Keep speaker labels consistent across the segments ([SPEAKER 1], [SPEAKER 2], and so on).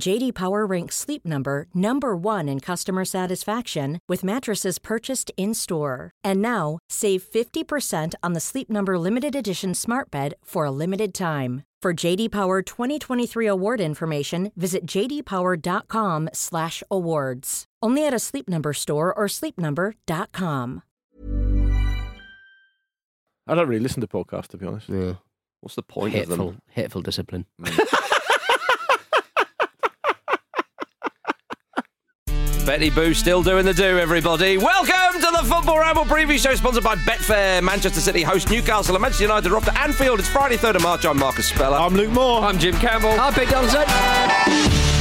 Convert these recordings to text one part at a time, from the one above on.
[SPEAKER 1] JD Power ranks Sleep Number number 1 in customer satisfaction with mattresses purchased in-store. And now, save 50% on the Sleep Number limited edition Smart Bed for a limited time. For JD Power 2023 award information, visit jdpower.com/awards. Only at a Sleep Number store or sleepnumber.com.
[SPEAKER 2] I don't really listen to podcasts, to be honest.
[SPEAKER 3] Yeah.
[SPEAKER 4] What's the point of
[SPEAKER 3] Hateful,
[SPEAKER 4] them? Mm.
[SPEAKER 3] hateful discipline.
[SPEAKER 4] Betty Boo still doing the do, everybody. Welcome to the Football Ramble preview show sponsored by Betfair. Manchester City host Newcastle and Manchester United are off to Anfield. It's Friday, 3rd of March. I'm Marcus Speller.
[SPEAKER 2] I'm Luke Moore.
[SPEAKER 4] I'm Jim Campbell.
[SPEAKER 3] I'm Pete Donaldson.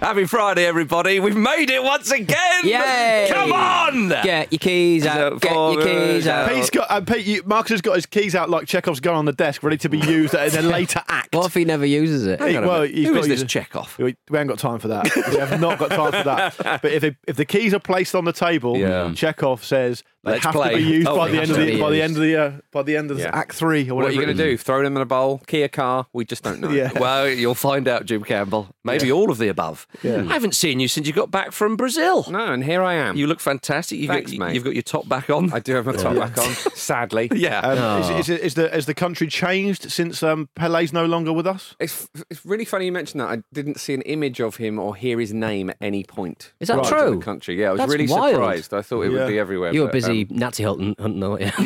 [SPEAKER 4] Happy Friday, everybody. We've made it once again.
[SPEAKER 3] Yay!
[SPEAKER 4] Come on! Oh,
[SPEAKER 3] Get your keys
[SPEAKER 4] out
[SPEAKER 3] out. Get your
[SPEAKER 4] for-
[SPEAKER 3] keys out.
[SPEAKER 2] Pete's got, uh, Pete, you, Marcus has got his keys out like Chekhov's gun on the desk, ready to be used at a later act.
[SPEAKER 3] What if he never uses it?
[SPEAKER 2] Hey,
[SPEAKER 4] Hang on a
[SPEAKER 2] well,
[SPEAKER 4] minute.
[SPEAKER 2] you've
[SPEAKER 4] Who
[SPEAKER 2] got
[SPEAKER 4] is
[SPEAKER 2] to
[SPEAKER 4] this
[SPEAKER 2] use it.
[SPEAKER 4] check off?
[SPEAKER 2] We, we haven't got time for that. we have not got time for that. But if, the- if the keys are placed on the table,
[SPEAKER 3] Mm.
[SPEAKER 4] Yeah.
[SPEAKER 2] Chekhov says they
[SPEAKER 4] Let's
[SPEAKER 2] have
[SPEAKER 4] play.
[SPEAKER 2] to be used
[SPEAKER 4] Oh,
[SPEAKER 2] by
[SPEAKER 4] they
[SPEAKER 2] the
[SPEAKER 4] have
[SPEAKER 2] end of
[SPEAKER 4] to
[SPEAKER 2] the
[SPEAKER 3] be
[SPEAKER 2] by the
[SPEAKER 3] used.
[SPEAKER 2] end of the uh, by the end of
[SPEAKER 4] Yeah.
[SPEAKER 2] act three or
[SPEAKER 4] What
[SPEAKER 2] whatever.
[SPEAKER 4] are you going
[SPEAKER 2] it
[SPEAKER 4] to do?
[SPEAKER 2] is.
[SPEAKER 4] Throw them in a bowl? Key a car? We just don't know.
[SPEAKER 2] Yeah.
[SPEAKER 4] Well, you'll find out, Jim Campbell. Maybe all of the above.
[SPEAKER 2] Yeah.
[SPEAKER 4] I haven't seen you since you got back from Brazil.
[SPEAKER 5] No, and here I am.
[SPEAKER 4] You look fantastic. You've,
[SPEAKER 5] Thanks,
[SPEAKER 4] got,
[SPEAKER 5] mate.
[SPEAKER 4] you've got your top back on.
[SPEAKER 5] I do have my top back on, sadly.
[SPEAKER 4] yeah.
[SPEAKER 2] Um,
[SPEAKER 3] Oh.
[SPEAKER 2] is, is, is the has the country changed since um, Pele's no longer with us?
[SPEAKER 4] Oh.
[SPEAKER 5] It's, it's really funny you mentioned that. I didn't see an image of him or hear his name at any point.
[SPEAKER 3] Is that
[SPEAKER 5] in
[SPEAKER 3] true?
[SPEAKER 5] The country. Yeah, I was
[SPEAKER 3] That's
[SPEAKER 5] really
[SPEAKER 3] wild.
[SPEAKER 5] surprised. I thought it
[SPEAKER 2] Yeah.
[SPEAKER 5] would be everywhere.
[SPEAKER 3] You were
[SPEAKER 5] but,
[SPEAKER 3] busy
[SPEAKER 5] um,
[SPEAKER 3] Nazi hunting, hunting aren't you?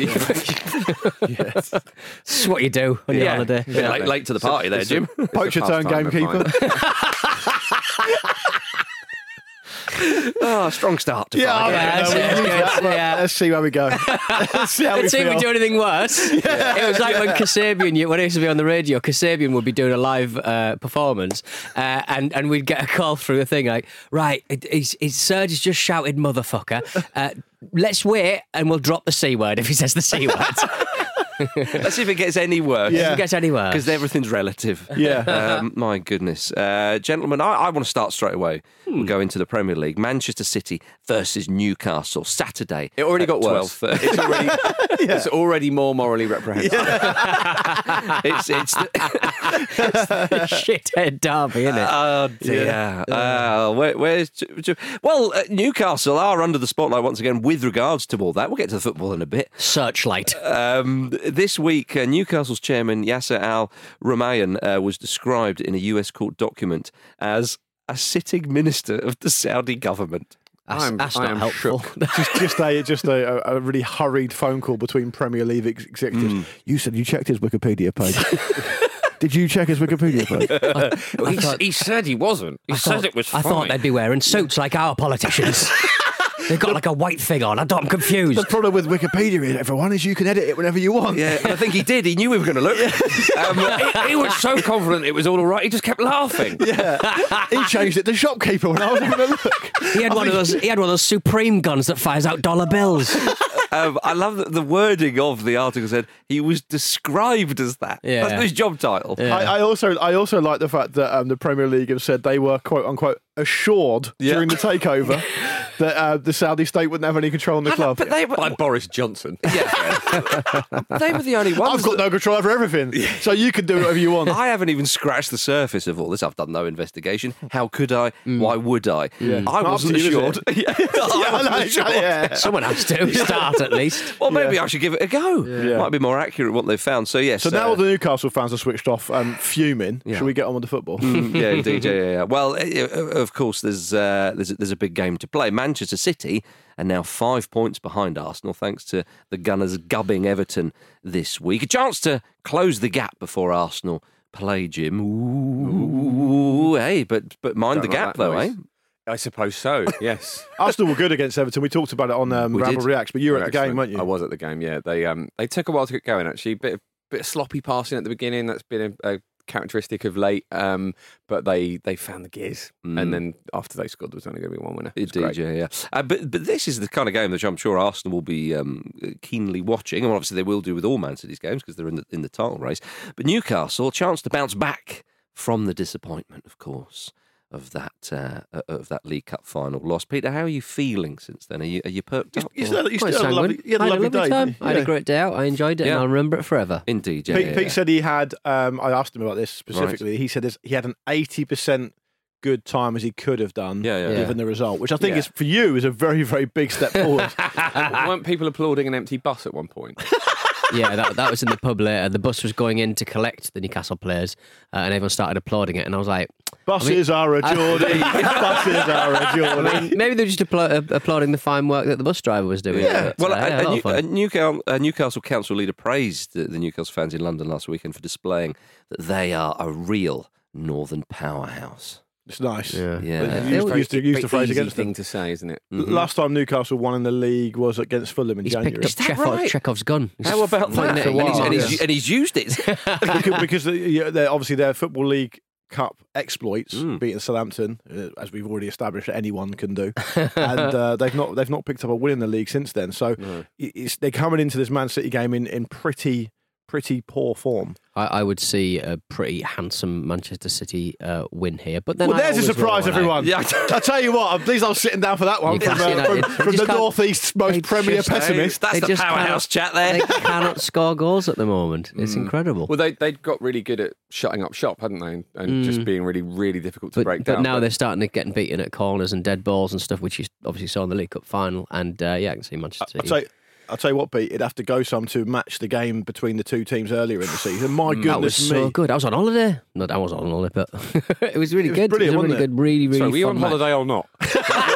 [SPEAKER 2] Yes.
[SPEAKER 3] That's what you do on your
[SPEAKER 4] Yeah.
[SPEAKER 3] holiday.
[SPEAKER 4] Bit late, late to the party there,
[SPEAKER 5] it's a-
[SPEAKER 4] Jim.
[SPEAKER 5] it's a
[SPEAKER 2] Poacher turned
[SPEAKER 5] pastime of mine.
[SPEAKER 2] gamekeeper.
[SPEAKER 3] Oh,
[SPEAKER 4] Ah, strong start. to
[SPEAKER 2] Yeah,
[SPEAKER 4] Friday.
[SPEAKER 3] Yeah,
[SPEAKER 2] I mean,
[SPEAKER 3] that's
[SPEAKER 2] no,
[SPEAKER 3] it,
[SPEAKER 2] we
[SPEAKER 3] that's
[SPEAKER 2] knew that,
[SPEAKER 3] good,
[SPEAKER 2] but
[SPEAKER 3] yeah.
[SPEAKER 2] Let's see where we go. let's see how we
[SPEAKER 3] Let's see if we
[SPEAKER 2] feel.
[SPEAKER 3] do anything worse. It was like when Kasabian, you- when I used to be on the radio, Kasabian would be doing a live uh, performance, uh, and and we'd get a call through the thing like, right, it, it's, it's Serge has just shouted motherfucker. Uh, let's wait, and we'll drop the c word if he says the c word.
[SPEAKER 4] Let's see if it gets any worse.
[SPEAKER 2] Yeah.
[SPEAKER 3] It gets any worse.
[SPEAKER 4] Because everything's relative.
[SPEAKER 2] Yeah.
[SPEAKER 4] Um, my goodness. Uh, gentlemen, I, I want to start straight away.
[SPEAKER 5] Hmm.
[SPEAKER 4] We'll go into the Premier League. Manchester City versus Newcastle, Saturday.
[SPEAKER 5] It already
[SPEAKER 4] at
[SPEAKER 5] got worse.
[SPEAKER 4] 12:30.
[SPEAKER 5] It's already, it's already more morally reprehensible.
[SPEAKER 4] it's, it's the-
[SPEAKER 3] shithead derby, isn't it?
[SPEAKER 4] oh dear. Uh, where, where's well uh, Newcastle are under the spotlight once again with regards to all that. We'll get to the football in a bit.
[SPEAKER 3] Searchlight.
[SPEAKER 4] Um, this week, uh, Newcastle's chairman Yasser Al Ramayan uh, was described in a US court document as a sitting minister of the Saudi government.
[SPEAKER 3] That's,
[SPEAKER 5] I'm-
[SPEAKER 3] that's
[SPEAKER 5] I
[SPEAKER 3] not
[SPEAKER 5] am
[SPEAKER 3] helpful.
[SPEAKER 2] just, just a just a, a a really hurried phone call between Premier League ex- executives.
[SPEAKER 4] Hmm.
[SPEAKER 2] You said you checked his Wikipedia page. Did you check his Wikipedia page?
[SPEAKER 5] He,
[SPEAKER 3] thought-
[SPEAKER 5] he said he wasn't. He
[SPEAKER 3] I
[SPEAKER 5] said
[SPEAKER 3] thought-
[SPEAKER 5] it was
[SPEAKER 3] I
[SPEAKER 5] fine.
[SPEAKER 3] thought they'd be wearing suits like our politicians. They've got like a white thing on. I don't, I'm confused.
[SPEAKER 2] the problem with Wikipedia, is everyone, is you can edit it whenever you want.
[SPEAKER 4] Yeah, and I think he did. He knew we were going to look.
[SPEAKER 5] Um, he, he was so confident it was all all right. He just kept laughing.
[SPEAKER 2] Yeah. he changed it to shopkeeper when I was having a look.
[SPEAKER 3] He had one of those. He had one of those supreme guns that fires out dollar bills.
[SPEAKER 4] Um, I love that the wording of the article said he was described as that.
[SPEAKER 3] Yeah.
[SPEAKER 4] That's his job title.
[SPEAKER 3] Yeah.
[SPEAKER 2] I, I also I also like the fact that um, the Premier League have said they were quote unquote assured
[SPEAKER 4] Yeah.
[SPEAKER 2] during the takeover that uh, the Saudi state wouldn't have any control on the club.
[SPEAKER 4] But they were,
[SPEAKER 5] By Boris Johnson.
[SPEAKER 4] they were the only ones.
[SPEAKER 2] I've got
[SPEAKER 4] that-
[SPEAKER 2] no control over everything, so you can do whatever you want.
[SPEAKER 4] I haven't even scratched the surface of all this. I've done no investigation. How could I?
[SPEAKER 3] Mm.
[SPEAKER 4] Why would I? I
[SPEAKER 2] Not up
[SPEAKER 4] wasn't
[SPEAKER 2] to you, is
[SPEAKER 4] assured.
[SPEAKER 2] it?
[SPEAKER 4] Yeah,
[SPEAKER 2] I
[SPEAKER 4] I
[SPEAKER 2] know,
[SPEAKER 4] wasn't assured.
[SPEAKER 2] yeah.
[SPEAKER 3] Someone has to start at least.
[SPEAKER 4] Well, maybe
[SPEAKER 2] Yeah.
[SPEAKER 4] I should give it a go.
[SPEAKER 2] Yeah.
[SPEAKER 4] Might be more accurate what they've found. So, yes.
[SPEAKER 2] So now
[SPEAKER 4] uh,
[SPEAKER 2] all the Newcastle fans are switched off and fuming.
[SPEAKER 4] Yeah.
[SPEAKER 2] Should we get on with the football?
[SPEAKER 4] Mm, yeah, indeed. Yeah, yeah, yeah. Well, eh, eh, of course, there's uh, there's a- there's a big game to play. Manchester City are now five points behind Arsenal, thanks to the Gunners gubbing Everton this week. A chance to close the gap before Arsenal play Jim. Ooh, hey, but but mind the
[SPEAKER 5] Don't like
[SPEAKER 4] gap
[SPEAKER 5] that
[SPEAKER 4] though,
[SPEAKER 5] noise.
[SPEAKER 4] eh?
[SPEAKER 5] I suppose so. Yes.
[SPEAKER 2] Arsenal were good against Everton. We talked about it on um,
[SPEAKER 4] We did.
[SPEAKER 2] Ramble Reacts, but you were at the game,
[SPEAKER 5] Excellent.
[SPEAKER 2] weren't you?
[SPEAKER 5] I was at the game. Yeah, they um they took a while to get going. Actually, bit of, bit of sloppy passing at the beginning. That's been a, a characteristic of late. Um, but they they found the gears,
[SPEAKER 4] Mm.
[SPEAKER 5] and then after they scored, there was only going to be one winner. It's
[SPEAKER 4] Indeed,
[SPEAKER 5] great.
[SPEAKER 4] yeah, yeah. Uh, but but this is the kind of game that I'm sure Arsenal will be um, keenly watching, and obviously they will do with all Man City's games because they're in the in the title race. But Newcastle chance to bounce back from the disappointment, of course, of that uh, of that League Cup final loss. Peter, how are you feeling since then? Are you are you perked up?
[SPEAKER 2] you
[SPEAKER 4] or-
[SPEAKER 2] still- you
[SPEAKER 3] Quite
[SPEAKER 2] still had a
[SPEAKER 3] sanguine.
[SPEAKER 2] lovely, you had a
[SPEAKER 3] I had
[SPEAKER 2] lovely
[SPEAKER 3] a lovely
[SPEAKER 2] day,
[SPEAKER 3] time.
[SPEAKER 2] didn't you?
[SPEAKER 3] I had
[SPEAKER 2] Yeah.
[SPEAKER 3] a great day out. I enjoyed it,
[SPEAKER 4] Yeah.
[SPEAKER 3] and I'll remember it forever.
[SPEAKER 4] Indeed, yeah.
[SPEAKER 2] Pete,
[SPEAKER 4] yeah,
[SPEAKER 2] Pete
[SPEAKER 4] yeah.
[SPEAKER 2] said he had. Um, I asked him about this specifically. He said this, he had an eighty percent good time as he could have done,
[SPEAKER 4] Yeah, yeah, yeah.
[SPEAKER 2] given the result, which I think
[SPEAKER 5] Yeah.
[SPEAKER 2] is for you is a very very big step forward.
[SPEAKER 5] Weren't people applauding an empty bus at one point?
[SPEAKER 3] yeah, that, that was in the pub later. The bus was going in to collect the Newcastle players, uh, and everyone started applauding it. And I was like,
[SPEAKER 2] Buses are a
[SPEAKER 3] I-
[SPEAKER 2] Geordie. Buses are a Geordie.
[SPEAKER 3] maybe they're just appla- uh, applauding the fine work that the bus driver was doing.
[SPEAKER 4] Yeah,
[SPEAKER 3] But,
[SPEAKER 4] well,
[SPEAKER 3] uh, yeah, a
[SPEAKER 4] a,
[SPEAKER 3] lot
[SPEAKER 4] a,
[SPEAKER 3] of fun.
[SPEAKER 4] Newcastle, a Newcastle council leader praised the, the Newcastle fans in London last weekend for displaying that they are a real northern powerhouse.
[SPEAKER 2] It's nice.
[SPEAKER 3] Yeah.
[SPEAKER 4] Yeah.
[SPEAKER 2] You used,
[SPEAKER 5] Very-
[SPEAKER 2] used to use the
[SPEAKER 5] very
[SPEAKER 2] phrase
[SPEAKER 5] easy
[SPEAKER 2] against
[SPEAKER 5] thing
[SPEAKER 2] them.
[SPEAKER 5] to say, isn't it?
[SPEAKER 2] Last time Newcastle won in the league was against Fulham in
[SPEAKER 3] He's
[SPEAKER 2] January.
[SPEAKER 3] picked up
[SPEAKER 4] that
[SPEAKER 3] Chekhov,
[SPEAKER 4] right?
[SPEAKER 3] Chekhov's gun. He's
[SPEAKER 4] How about
[SPEAKER 3] thrown
[SPEAKER 4] that?
[SPEAKER 3] it
[SPEAKER 4] And
[SPEAKER 3] in
[SPEAKER 4] he's, and
[SPEAKER 3] many
[SPEAKER 4] he's-
[SPEAKER 3] times.
[SPEAKER 4] and he's used it.
[SPEAKER 2] because, because the, yeah, they're obviously their football league cup exploits,
[SPEAKER 4] Mm.
[SPEAKER 2] beating Southampton, uh, as we've already established, that anyone can do, and uh, they've not they've not picked up a win in the league since then. So i- it's, they're coming into this Man City game in, in pretty pretty poor form.
[SPEAKER 3] I, I would see a pretty handsome Manchester City uh, win here. But then
[SPEAKER 2] well,
[SPEAKER 3] I
[SPEAKER 2] there's a
[SPEAKER 3] always
[SPEAKER 2] surprise,
[SPEAKER 3] roll my eye.
[SPEAKER 2] everyone.
[SPEAKER 4] Yeah.
[SPEAKER 2] I tell you what, I'm pleased I'm sitting down for that one from,
[SPEAKER 3] Newcastle
[SPEAKER 2] uh, from,
[SPEAKER 3] United. They
[SPEAKER 2] from the
[SPEAKER 3] just can't-
[SPEAKER 2] northeast
[SPEAKER 3] they
[SPEAKER 2] most premier
[SPEAKER 3] just-
[SPEAKER 2] pessimist.
[SPEAKER 4] That's
[SPEAKER 3] They
[SPEAKER 4] the
[SPEAKER 3] just
[SPEAKER 4] powerhouse
[SPEAKER 3] cannot-
[SPEAKER 4] chat there.
[SPEAKER 3] They cannot score goals at the moment. It's incredible.
[SPEAKER 5] Well, they they got really good at shutting up shop, hadn't they? And, and
[SPEAKER 4] Mm.
[SPEAKER 5] just being really, really difficult to
[SPEAKER 3] Mm. But,
[SPEAKER 5] break
[SPEAKER 3] but
[SPEAKER 5] down.
[SPEAKER 3] now they're starting to getting beaten at corners and dead balls and stuff, which you obviously saw in the League Cup final. And uh, yeah, I can see Manchester
[SPEAKER 2] I'll
[SPEAKER 3] City.
[SPEAKER 2] tell, you, I'll tell you what, Pete, it'd have to go some to match the game between the two teams earlier in the season. My goodness
[SPEAKER 3] Mm, that was
[SPEAKER 2] me.
[SPEAKER 3] so good. I was on holiday. No, I was on holiday, but it was really
[SPEAKER 2] It was
[SPEAKER 3] good.
[SPEAKER 2] brilliant,
[SPEAKER 3] it was a
[SPEAKER 2] wasn't
[SPEAKER 3] really
[SPEAKER 2] it?
[SPEAKER 3] good, really, really
[SPEAKER 5] so were you
[SPEAKER 3] fun
[SPEAKER 5] on
[SPEAKER 3] match.
[SPEAKER 5] holiday or not?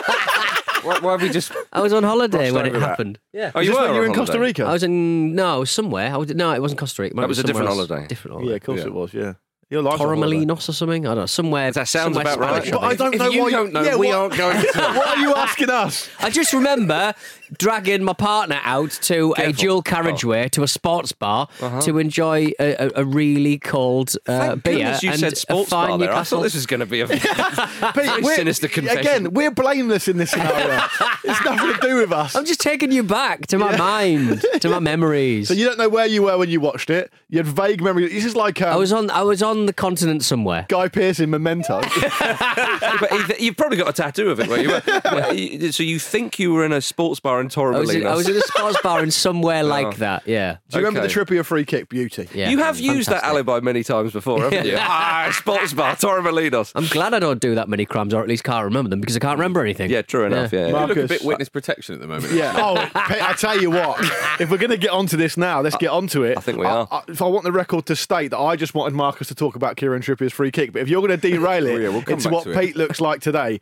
[SPEAKER 5] why, why have we just?
[SPEAKER 3] I was on holiday
[SPEAKER 5] Brushed
[SPEAKER 3] when it
[SPEAKER 5] over that.
[SPEAKER 3] happened. Yeah.
[SPEAKER 4] Oh,
[SPEAKER 2] Is this when
[SPEAKER 4] were
[SPEAKER 2] you were
[SPEAKER 4] on
[SPEAKER 2] in Costa
[SPEAKER 4] holiday?
[SPEAKER 2] Rica?
[SPEAKER 3] I was in no, I was somewhere. I was, no, it wasn't Costa Rica. It might
[SPEAKER 4] That
[SPEAKER 3] be
[SPEAKER 4] was a
[SPEAKER 3] somewhere
[SPEAKER 4] different
[SPEAKER 3] else.
[SPEAKER 4] holiday.
[SPEAKER 3] Different
[SPEAKER 2] Yeah,
[SPEAKER 3] holiday.
[SPEAKER 2] of course it was. Yeah, your life.
[SPEAKER 3] Torremolinos or something. I don't know. Somewhere
[SPEAKER 4] That sounds
[SPEAKER 3] somewhere
[SPEAKER 4] about right.
[SPEAKER 3] Spanish,
[SPEAKER 4] But
[SPEAKER 3] I
[SPEAKER 4] I
[SPEAKER 3] think.
[SPEAKER 5] If you don't know, we aren't going to.
[SPEAKER 2] What are you asking us?
[SPEAKER 3] I just remember dragging my partner out to a
[SPEAKER 4] Careful. Uh-huh.
[SPEAKER 3] dual carriageway to a sports bar to enjoy a, a, a really cold uh,
[SPEAKER 4] Thank
[SPEAKER 3] beer.
[SPEAKER 4] goodness you
[SPEAKER 3] and
[SPEAKER 4] said sports
[SPEAKER 3] a fine
[SPEAKER 4] bar there. I
[SPEAKER 3] Newcastle-
[SPEAKER 4] thought this was going to be a very
[SPEAKER 2] we're-
[SPEAKER 4] sinister confession.
[SPEAKER 2] Again, we're blameless in this scenario. it's nothing to do with us.
[SPEAKER 3] I'm just taking you back to my mind, to my memories.
[SPEAKER 2] so you don't know where you were when you watched it. You had vague memories. This is like um,
[SPEAKER 3] I was on. I was on the continent somewhere.
[SPEAKER 2] Guy Pearce in Memento.
[SPEAKER 4] But either- you've probably got a tattoo of it where you were. Well, you- so you think you were in a sports bar in
[SPEAKER 3] I was, in, I was
[SPEAKER 4] Torremolinos.
[SPEAKER 3] in a sports bar in somewhere like that. Yeah.
[SPEAKER 2] Do you remember the
[SPEAKER 4] Oh. Okay.
[SPEAKER 2] Trippier free kick beauty?
[SPEAKER 3] yeah.
[SPEAKER 4] you have used that
[SPEAKER 3] fantastic.
[SPEAKER 4] alibi many times before, haven't you? ah, sports bar, Torremolinos.
[SPEAKER 3] I'm glad I don't do that many crimes, or at least can't remember them because I can't remember anything.
[SPEAKER 4] Yeah, true enough. Yeah.
[SPEAKER 5] You look a
[SPEAKER 2] Marcus. uh,
[SPEAKER 5] bit witness protection at the moment.
[SPEAKER 2] Yeah. Oh, Pete, I tell you what. If we're going to get onto this now, let's get onto it.
[SPEAKER 4] I think we
[SPEAKER 2] I,
[SPEAKER 4] are.
[SPEAKER 2] I, if I want the record to state that I just wanted
[SPEAKER 4] Oh,
[SPEAKER 2] Marcus to talk about Kieran Trippier's free kick, but if you're going to derail it
[SPEAKER 5] yeah, we'll come
[SPEAKER 2] into
[SPEAKER 5] back
[SPEAKER 2] what
[SPEAKER 5] to it.
[SPEAKER 2] Pete looks like today,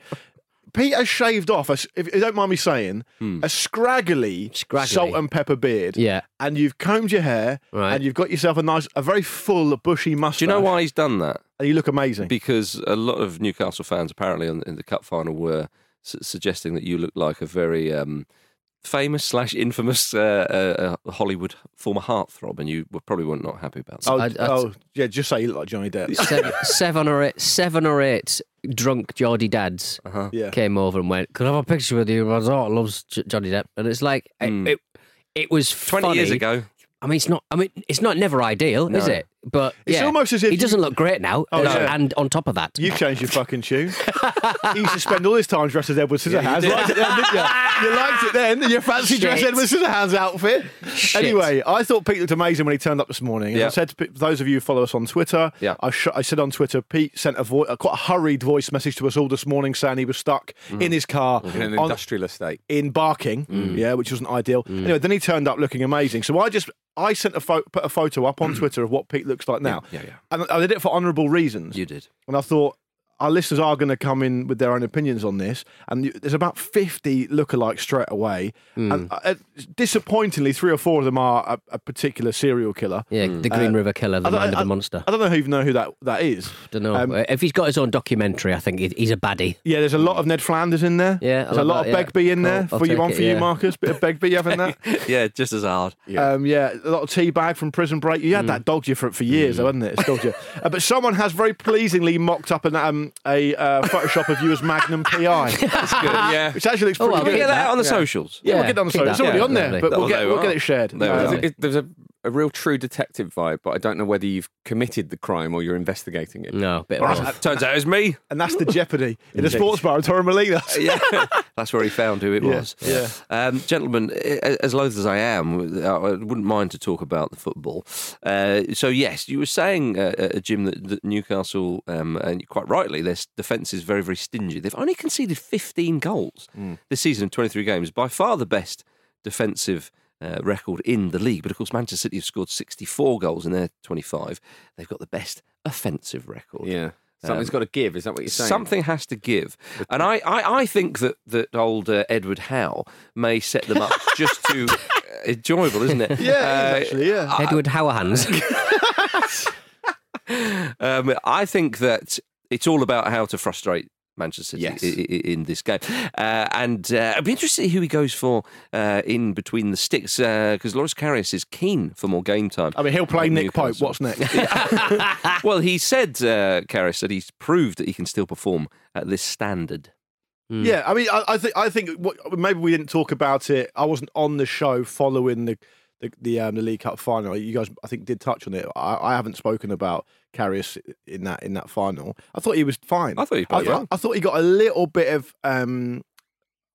[SPEAKER 2] Peter shaved off, a s if you don't mind me saying,
[SPEAKER 4] Hmm.
[SPEAKER 2] a scraggly,
[SPEAKER 3] Scraggly.
[SPEAKER 2] salt and pepper beard.
[SPEAKER 3] Yeah.
[SPEAKER 2] And you've combed your hair
[SPEAKER 3] Right.
[SPEAKER 2] and you've got yourself a nice, a very full, bushy mustache.
[SPEAKER 4] Do you know why he's done that?
[SPEAKER 2] And you look amazing.
[SPEAKER 4] Because a lot of Newcastle fans, apparently, on, in the cup final, were su- suggesting that you look like a very um, famous slash infamous uh, uh, uh, Hollywood former heartthrob, and you were probably weren't not happy about that.
[SPEAKER 2] oh,
[SPEAKER 3] I'd- I'd-
[SPEAKER 2] oh, yeah, just say you look like Johnny Depp.
[SPEAKER 3] seven, seven or eight, seven or eight drunk Geordie dads
[SPEAKER 4] Uh-huh.
[SPEAKER 2] Yeah.
[SPEAKER 3] came over and went, "Could I have a picture with you?" My daughter loves J- Johnny Depp, and it's like it-
[SPEAKER 4] Mm.
[SPEAKER 3] it, it, was
[SPEAKER 4] Twenty
[SPEAKER 3] funny.
[SPEAKER 4] years ago,
[SPEAKER 3] I mean, it's not. I mean, it's not never ideal, is
[SPEAKER 4] No.
[SPEAKER 3] it? But
[SPEAKER 2] It's
[SPEAKER 3] yeah,
[SPEAKER 2] almost as if
[SPEAKER 3] he
[SPEAKER 2] you-
[SPEAKER 3] doesn't look great now.
[SPEAKER 2] Oh,
[SPEAKER 3] and,
[SPEAKER 2] yeah.
[SPEAKER 3] and on top of that,
[SPEAKER 2] You've changed your fucking tune. you used to spend all this time dressed as Edward Scissorhands. liked it then, didn't you? you liked it then, and your fancy dress
[SPEAKER 3] Shit.
[SPEAKER 2] Edward Scissorhands outfit.
[SPEAKER 3] Shit.
[SPEAKER 2] Anyway, I thought Pete looked amazing when he turned up this morning. As
[SPEAKER 4] Yeah.
[SPEAKER 2] I said to pe- those of you who follow us on Twitter,
[SPEAKER 4] Yeah.
[SPEAKER 2] I, sh- I said on Twitter, Pete sent a, vo- a quite hurried voice message to us all this morning saying he was stuck in his car
[SPEAKER 5] Mm-hmm. in an
[SPEAKER 2] Oh, uh,
[SPEAKER 5] Mm-hmm.
[SPEAKER 2] on-
[SPEAKER 5] industrial estate. Mm.
[SPEAKER 2] in barking,
[SPEAKER 4] Mm.
[SPEAKER 2] yeah, which wasn't ideal. Anyway, then he turned up looking amazing. So I just I sent a pho- put a photo up on Twitter of what Pete looks like now.
[SPEAKER 4] Yeah, yeah,
[SPEAKER 2] And I did it for honourable reasons.
[SPEAKER 4] you did.
[SPEAKER 2] And I thought our listeners are going to come in with their own opinions on this. And you- there's about 50 lookalikes straight away.
[SPEAKER 3] Hmm.
[SPEAKER 2] And uh, disappointingly, three or four of them are a, a particular serial killer. Hmm. Uh,
[SPEAKER 3] yeah, the Green River Killer, the
[SPEAKER 2] I don't-
[SPEAKER 3] mind of
[SPEAKER 2] I-
[SPEAKER 3] the monster.
[SPEAKER 2] I don't know who even know who that, that is.
[SPEAKER 3] don't know.
[SPEAKER 2] Um,
[SPEAKER 3] if he's got his own documentary, I think he- he's a baddie.
[SPEAKER 2] Yeah, there's a lot of Ned Flanders in there.
[SPEAKER 3] Yeah, I
[SPEAKER 2] there's a
[SPEAKER 3] love
[SPEAKER 2] lot
[SPEAKER 3] that,
[SPEAKER 2] of
[SPEAKER 3] yeah.
[SPEAKER 2] Begbie in
[SPEAKER 3] Cool.
[SPEAKER 2] there
[SPEAKER 3] I'll
[SPEAKER 2] for you
[SPEAKER 3] take
[SPEAKER 2] one
[SPEAKER 3] it,
[SPEAKER 2] for
[SPEAKER 3] yeah.
[SPEAKER 2] you, Marcus. Bit of Begbie having that.
[SPEAKER 4] Yeah, just as hard.
[SPEAKER 2] Yeah. Um, yeah, a lot of tea bag from Prison Break. You had
[SPEAKER 5] Mm.
[SPEAKER 2] that dogged you for for years, though, hadn't it? It's dogged you. Uh, but someone has very pleasingly mocked up an, um, a uh, Photoshop of you as Magnum PI,
[SPEAKER 5] It's good. Yeah.
[SPEAKER 2] which actually looks
[SPEAKER 3] Oh,
[SPEAKER 2] pretty
[SPEAKER 3] well,
[SPEAKER 4] Can we
[SPEAKER 2] good.
[SPEAKER 4] get that out on the
[SPEAKER 5] Yeah.
[SPEAKER 4] socials?
[SPEAKER 2] Yeah,
[SPEAKER 3] Yeah,
[SPEAKER 2] we'll get it on the
[SPEAKER 3] keep
[SPEAKER 2] social. It's
[SPEAKER 3] that.
[SPEAKER 2] already
[SPEAKER 3] Yeah,
[SPEAKER 2] on there,
[SPEAKER 3] lovely.
[SPEAKER 2] but we'll
[SPEAKER 4] Oh,
[SPEAKER 2] get,
[SPEAKER 4] there we
[SPEAKER 2] we'll
[SPEAKER 4] are.
[SPEAKER 2] get it shared.
[SPEAKER 4] There we
[SPEAKER 2] Uh,
[SPEAKER 4] are.
[SPEAKER 5] There's
[SPEAKER 4] Right.
[SPEAKER 5] a, there's a, a real true detective vibe, but I don't know whether you've committed the crime or you're investigating it.
[SPEAKER 3] No, bit of
[SPEAKER 4] Right,
[SPEAKER 3] both.
[SPEAKER 4] that turns out it was me.
[SPEAKER 2] And that's the jeopardy in a
[SPEAKER 5] Indeed.
[SPEAKER 2] sports bar in Torremolina.
[SPEAKER 4] yeah, that's where he found who it
[SPEAKER 2] Yeah,
[SPEAKER 4] was. Yeah, um, gentlemen, a- as loath as I am, uh, I wouldn't mind to talk about the football. Uh, so yes, you were saying, uh, uh, Jim, that, that Newcastle, um, and quite rightly, their s- defence is very, very stingy. They've only conceded 15 goals this season in 23 games, by far the best defensive. Uh, record in the league, but of course Manchester City have scored 64 goals in their 25. They've got the best offensive record.
[SPEAKER 5] Yeah. Something's got to give. Is that what you're saying?
[SPEAKER 4] Um, Something has to give, and I, I, I think that that old uh, Edward Howe may set them up just to uh, enjoyable, isn't it?
[SPEAKER 2] Yeah, it is actually, yeah.
[SPEAKER 3] Edward Howerhands.
[SPEAKER 4] Uh, um, I think that it's all about how to frustrate Manchester City
[SPEAKER 5] Yes.
[SPEAKER 4] i- i- in this game, uh, and uh, I'd be interested to see who he goes for uh, in between the sticks because Lawrence Karius is keen for more game time.
[SPEAKER 2] I mean, he'll play
[SPEAKER 4] at
[SPEAKER 2] Nick Pope.
[SPEAKER 4] Newcastle.
[SPEAKER 2] What's next?
[SPEAKER 4] well, he said, uh, Karius, that he's proved that he can still perform at this standard. Mm.
[SPEAKER 2] Yeah, I mean, I, I think I think what, maybe we didn't talk about it. I wasn't on the show following the the the, um, the League Cup final. You guys, I think, did touch on it. I, I haven't spoken about Karius in that in that final. I thought he was fine.
[SPEAKER 4] I thought he
[SPEAKER 2] I,
[SPEAKER 4] played well.
[SPEAKER 2] I thought he got a little bit of um,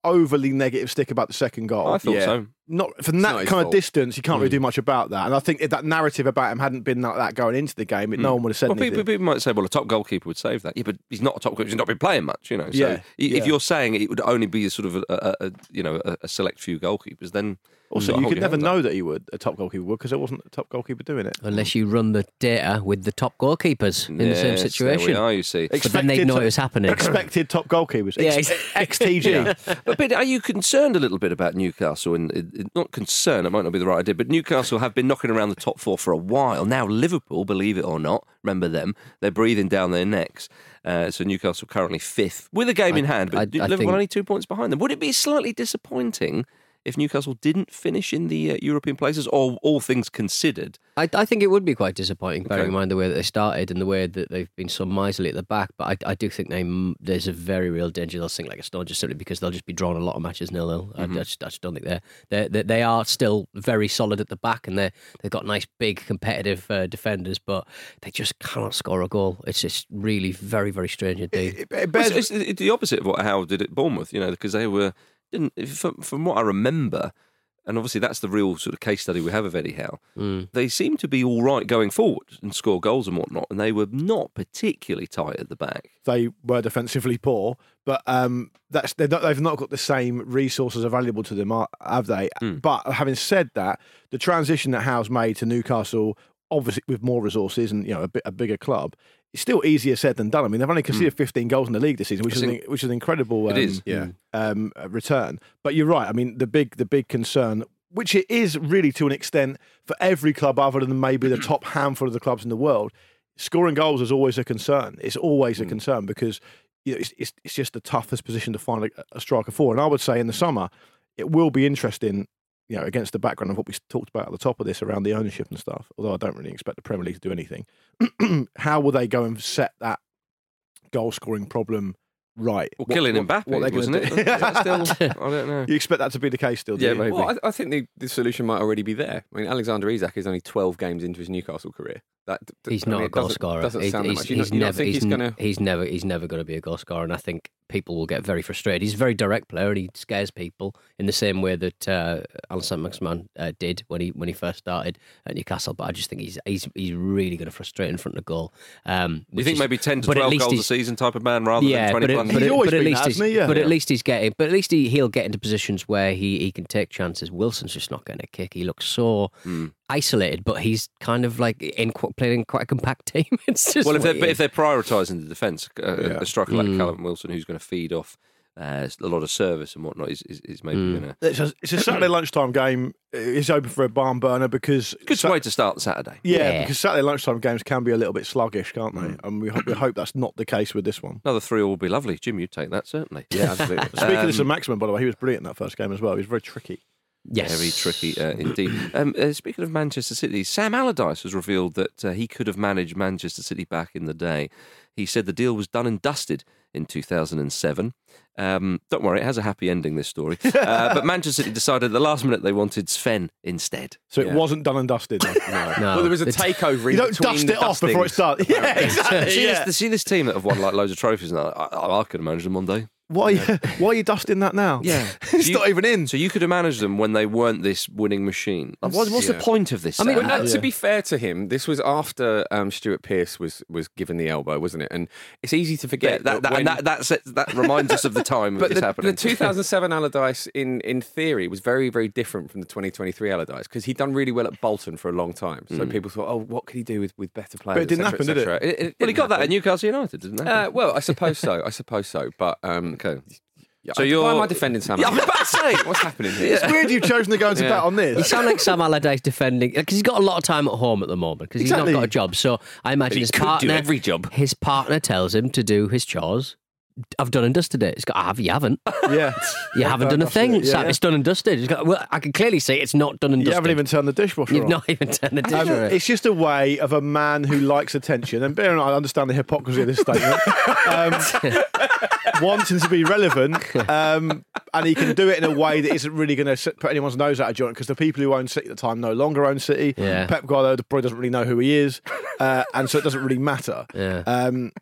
[SPEAKER 2] overly negative stick about the second goal.
[SPEAKER 4] I thought
[SPEAKER 5] yeah.
[SPEAKER 4] so. Mm.
[SPEAKER 2] Not from
[SPEAKER 5] It's
[SPEAKER 2] that
[SPEAKER 5] not his
[SPEAKER 2] kind of
[SPEAKER 5] fault.
[SPEAKER 2] distance, you can't really do much about that. And I think if that narrative about him hadn't been like that going into the game, it, no one would have said
[SPEAKER 4] Mm. Well, people,
[SPEAKER 2] anything.
[SPEAKER 4] people might say, well, a top goalkeeper would save that. Yeah, but he's not a top goalkeeper. He's not been playing much, you know. So
[SPEAKER 2] Yeah,
[SPEAKER 4] i-
[SPEAKER 2] yeah.
[SPEAKER 4] if you're saying it would only be a sort of a, a, a you know a, a select few goalkeepers, then
[SPEAKER 2] Also,
[SPEAKER 4] I'll
[SPEAKER 2] you
[SPEAKER 4] hold
[SPEAKER 2] could
[SPEAKER 4] your
[SPEAKER 2] never
[SPEAKER 4] hand
[SPEAKER 2] know
[SPEAKER 4] up.
[SPEAKER 2] that he would a top goalkeeper would because there wasn't a top goalkeeper doing it.
[SPEAKER 3] Unless you run the data with the top goalkeepers in the same
[SPEAKER 4] Yes,
[SPEAKER 3] situation.
[SPEAKER 4] There we are, you see.
[SPEAKER 3] But then they'd know
[SPEAKER 2] top-
[SPEAKER 3] it was happening.
[SPEAKER 2] Expected top goalkeepers.
[SPEAKER 3] Yeah,
[SPEAKER 2] Ex-
[SPEAKER 3] ex-
[SPEAKER 2] XTG.
[SPEAKER 4] but, but are you concerned a little bit about Newcastle? And it- it- not concerned, it might not be the right idea, but Newcastle have been knocking around the top four for a while. Now, Liverpool, believe it or not, remember them, they're breathing down their necks. Uh, so Newcastle currently fifth with a game in hand, but
[SPEAKER 3] I- I
[SPEAKER 4] Liverpool
[SPEAKER 3] think-
[SPEAKER 4] only two points behind them. Would it be slightly disappointing if Newcastle didn't finish in the uh, European places, or all things considered?
[SPEAKER 3] I, I think it would be quite disappointing, bearing
[SPEAKER 4] Okay.
[SPEAKER 3] in mind the way that they started and the way that they've been so miserly at the back. But I, I do think they m- there's a very real danger they'll sink like a stone just simply because they'll just be drawn a lot of matches nil nil.
[SPEAKER 2] Mm-hmm.
[SPEAKER 3] I, just, I just don't think they're, they're they, they are still very solid at the back and they they've got nice big competitive uh, defenders, but they just cannot score a goal. It's just really very very strange indeed.
[SPEAKER 2] It- it
[SPEAKER 4] Well,
[SPEAKER 2] bears-
[SPEAKER 4] it's, it's the opposite of what Howe did at Bournemouth, you know, because they were didn't from, from what I remember, and obviously that's the real sort of case study we have of Eddie Howe.
[SPEAKER 3] Hmm.
[SPEAKER 4] They seemed to be all right going forward and score goals and whatnot, and they were not particularly tight at the back.
[SPEAKER 2] they were defensively poor, but um, that's they're not, they've not got the same resources available to them, are, have they?
[SPEAKER 3] Hmm.
[SPEAKER 2] But having said that, the transition that Howe's made to Newcastle, obviously with more resources and you know a, bit, a bigger club, it's still easier said than done. I mean, they've only
[SPEAKER 3] Hmm.
[SPEAKER 2] conceded 15 goals in the league this season, which
[SPEAKER 4] I
[SPEAKER 2] is an,
[SPEAKER 4] think-
[SPEAKER 2] which is an incredible.
[SPEAKER 4] It
[SPEAKER 2] Um,
[SPEAKER 4] is.
[SPEAKER 2] yeah, um, uh, return. But you're right. I mean, the big the big concern, which it is really to an extent for every club other than maybe the top handful of the clubs in the world, scoring goals is always a concern. It's always
[SPEAKER 4] Mm.
[SPEAKER 2] a concern because you know, it's, it's it's just the toughest position to find a, a striker for. And I would say in the summer, it will be interesting. You know, against the background of what we talked about at the top of this around the ownership and stuff, although I don't really expect the Premier League to do anything, how will they go and set that goal scoring problem right?
[SPEAKER 4] Well,
[SPEAKER 2] What-
[SPEAKER 4] killing
[SPEAKER 2] what-
[SPEAKER 4] Mbappe,
[SPEAKER 2] what they're gonna
[SPEAKER 4] wasn't
[SPEAKER 2] do.
[SPEAKER 4] it? Yeah, still, I don't know.
[SPEAKER 2] You expect that to be the case still, do
[SPEAKER 4] Yeah,
[SPEAKER 2] you?
[SPEAKER 4] maybe.
[SPEAKER 5] Well, I, I think the, the solution might already be there. I mean, Alexander Isak is only 12 games into his Newcastle career. That, th-
[SPEAKER 3] He's
[SPEAKER 5] I
[SPEAKER 3] not
[SPEAKER 5] mean,
[SPEAKER 3] a
[SPEAKER 5] it
[SPEAKER 3] goal
[SPEAKER 5] doesn't-
[SPEAKER 3] scorer.
[SPEAKER 5] Doesn't
[SPEAKER 3] He-
[SPEAKER 5] sound that
[SPEAKER 3] he's,
[SPEAKER 5] much. You
[SPEAKER 3] he's
[SPEAKER 5] don't- you don't
[SPEAKER 3] never,
[SPEAKER 5] think
[SPEAKER 3] he's,
[SPEAKER 5] he's,
[SPEAKER 3] n-
[SPEAKER 5] going to.
[SPEAKER 3] he's never, he's never going to be a goal scorer, and I think people will get very frustrated. He's a very direct player, and he scares people in the same way that uh, Alison Maxman uh, did when he when he first started at Newcastle. But I just think he's he's, he's really going to frustrate in front of goal. Um,
[SPEAKER 4] You
[SPEAKER 3] which
[SPEAKER 4] think
[SPEAKER 3] is-
[SPEAKER 4] maybe 10 to
[SPEAKER 3] but at
[SPEAKER 4] 12
[SPEAKER 3] least
[SPEAKER 4] goals a
[SPEAKER 3] he's-
[SPEAKER 4] season type of man rather than 20
[SPEAKER 3] but, it- but,
[SPEAKER 4] plus?
[SPEAKER 2] He's
[SPEAKER 3] it-
[SPEAKER 2] always
[SPEAKER 3] but at
[SPEAKER 2] been
[SPEAKER 3] least
[SPEAKER 2] that,
[SPEAKER 3] he's,
[SPEAKER 2] hasn't he? Yeah.
[SPEAKER 3] but
[SPEAKER 2] Yeah.
[SPEAKER 3] at least he's getting, but at least he, he'll get into positions where he, he can take chances. Wilson's just not getting a kick. He looks so
[SPEAKER 4] Hmm.
[SPEAKER 3] isolated, but he's kind of like in qu- playing in quite a compact team. It's just
[SPEAKER 4] well,
[SPEAKER 3] what
[SPEAKER 4] if they're,
[SPEAKER 3] it
[SPEAKER 4] but
[SPEAKER 3] is.
[SPEAKER 4] if they're prioritising the defence, uh,
[SPEAKER 2] Yeah.
[SPEAKER 4] a striker like
[SPEAKER 3] Mm.
[SPEAKER 4] Callum Wilson, who's going to feed off uh, a lot of service and whatnot, is, is, is maybe
[SPEAKER 3] Mm.
[SPEAKER 4] going to.
[SPEAKER 2] It's a, it's a Saturday lunchtime game. It's open for a barn burner because
[SPEAKER 4] Good
[SPEAKER 2] Sa-
[SPEAKER 4] way to start the Saturday.
[SPEAKER 2] yeah, Mm.
[SPEAKER 3] Yeah.
[SPEAKER 2] because Saturday lunchtime games can be a little bit sluggish, can't they? And we hope, we hope that's not the case with this one.
[SPEAKER 4] Another three all would be lovely. Jim, you'd take that, certainly.
[SPEAKER 5] Yeah, absolutely.
[SPEAKER 2] Speaking of Sir
[SPEAKER 4] Um,
[SPEAKER 2] Maximum, by the way, he was brilliant in that first game as well. He was very tricky.
[SPEAKER 3] yes.
[SPEAKER 4] Very tricky uh, indeed. Um, uh, speaking of Manchester City, Sam Allardyce has revealed that uh, he could have managed Manchester City back in the day. He said the deal was done and dusted in 2007. Um, don't worry, it has a happy ending, this story. Uh, but Manchester City decided at the last minute they wanted Sven instead.
[SPEAKER 2] So it
[SPEAKER 5] Yeah.
[SPEAKER 2] wasn't done and dusted. no.
[SPEAKER 3] No,
[SPEAKER 5] well, there was a
[SPEAKER 3] it's-
[SPEAKER 5] takeover.
[SPEAKER 2] You
[SPEAKER 5] in
[SPEAKER 2] don't
[SPEAKER 5] between
[SPEAKER 2] dust
[SPEAKER 5] the
[SPEAKER 2] it off before it's
[SPEAKER 5] dustings.
[SPEAKER 2] done. Yeah, exactly.
[SPEAKER 4] See,
[SPEAKER 2] yeah.
[SPEAKER 4] this, see this team that have won like loads of trophies, and I, I, I could have managed them one day.
[SPEAKER 2] Why, are you, why are you dusting that now? it's
[SPEAKER 4] You-
[SPEAKER 2] not even in.
[SPEAKER 4] So you could have managed them when they weren't this winning machine. Like, what- what's
[SPEAKER 5] Yeah.
[SPEAKER 4] the point of this?
[SPEAKER 5] I mean,
[SPEAKER 4] Sam?
[SPEAKER 5] well, no, to be fair to him, this was after um, Stuart Pearce was was given the elbow, wasn't it? And it's easy to
[SPEAKER 4] yeah,
[SPEAKER 5] forget
[SPEAKER 4] that, that,
[SPEAKER 5] when-
[SPEAKER 4] and that, that's it- that reminds us of the time of
[SPEAKER 5] But
[SPEAKER 4] this
[SPEAKER 5] the,
[SPEAKER 4] happening.
[SPEAKER 5] the 2007 Allardyce, in in theory, was very very different from the 2023 Allardyce because he'd done really well at Bolton for a long time. So people thought, oh, what could he do with, with better players?
[SPEAKER 2] But it didn't
[SPEAKER 5] et
[SPEAKER 2] happen,
[SPEAKER 5] cetera,
[SPEAKER 2] did
[SPEAKER 5] et cetera.
[SPEAKER 4] It, well, he
[SPEAKER 5] didn't
[SPEAKER 4] got that at
[SPEAKER 5] happen.
[SPEAKER 4] Newcastle United, didn't he?
[SPEAKER 5] Uh, well, I suppose so. I suppose so. But um,
[SPEAKER 4] okay.
[SPEAKER 5] yeah,
[SPEAKER 4] So
[SPEAKER 5] I-
[SPEAKER 4] you're-
[SPEAKER 5] why am I defending Sam?
[SPEAKER 4] Yeah, I was
[SPEAKER 5] Allardyce?
[SPEAKER 4] about to say.
[SPEAKER 5] What's happening here?
[SPEAKER 2] It's weird you've chosen to go into
[SPEAKER 5] Yeah.
[SPEAKER 2] bat on
[SPEAKER 3] You
[SPEAKER 2] this.
[SPEAKER 3] sound like Sam Allardyce defending because he's got a lot of time at home at the moment because he's
[SPEAKER 2] Exactly.
[SPEAKER 3] not got a job. So I imagine
[SPEAKER 4] he
[SPEAKER 3] his
[SPEAKER 4] could do
[SPEAKER 3] partner,
[SPEAKER 4] every job.
[SPEAKER 3] hhis partner tells him to do his chores. I've done and dusted it. It's got, I have, you haven't.
[SPEAKER 2] yeah.
[SPEAKER 3] You haven't done a thing.
[SPEAKER 2] Absolutely,
[SPEAKER 3] Sam.
[SPEAKER 2] yeah.
[SPEAKER 3] It's done and dusted. It's got, well, I can clearly see it's not done and
[SPEAKER 2] You
[SPEAKER 3] dusted.
[SPEAKER 2] haven't even turned the dishwasher
[SPEAKER 3] You've
[SPEAKER 2] on.
[SPEAKER 3] not even turned the
[SPEAKER 2] Um,
[SPEAKER 3] dishwasher.
[SPEAKER 2] it's just a way of a man who likes attention, and bear in mind, I understand the hypocrisy of this statement, um, wanting to be relevant, um, and he can do it in a way that isn't really going to put anyone's nose out of joint because the people who own City at the time no longer own City.
[SPEAKER 3] Yeah.
[SPEAKER 2] Pep Guardiola probably doesn't really know who he is, uh, and so it doesn't really matter.
[SPEAKER 3] Yeah.
[SPEAKER 2] Um,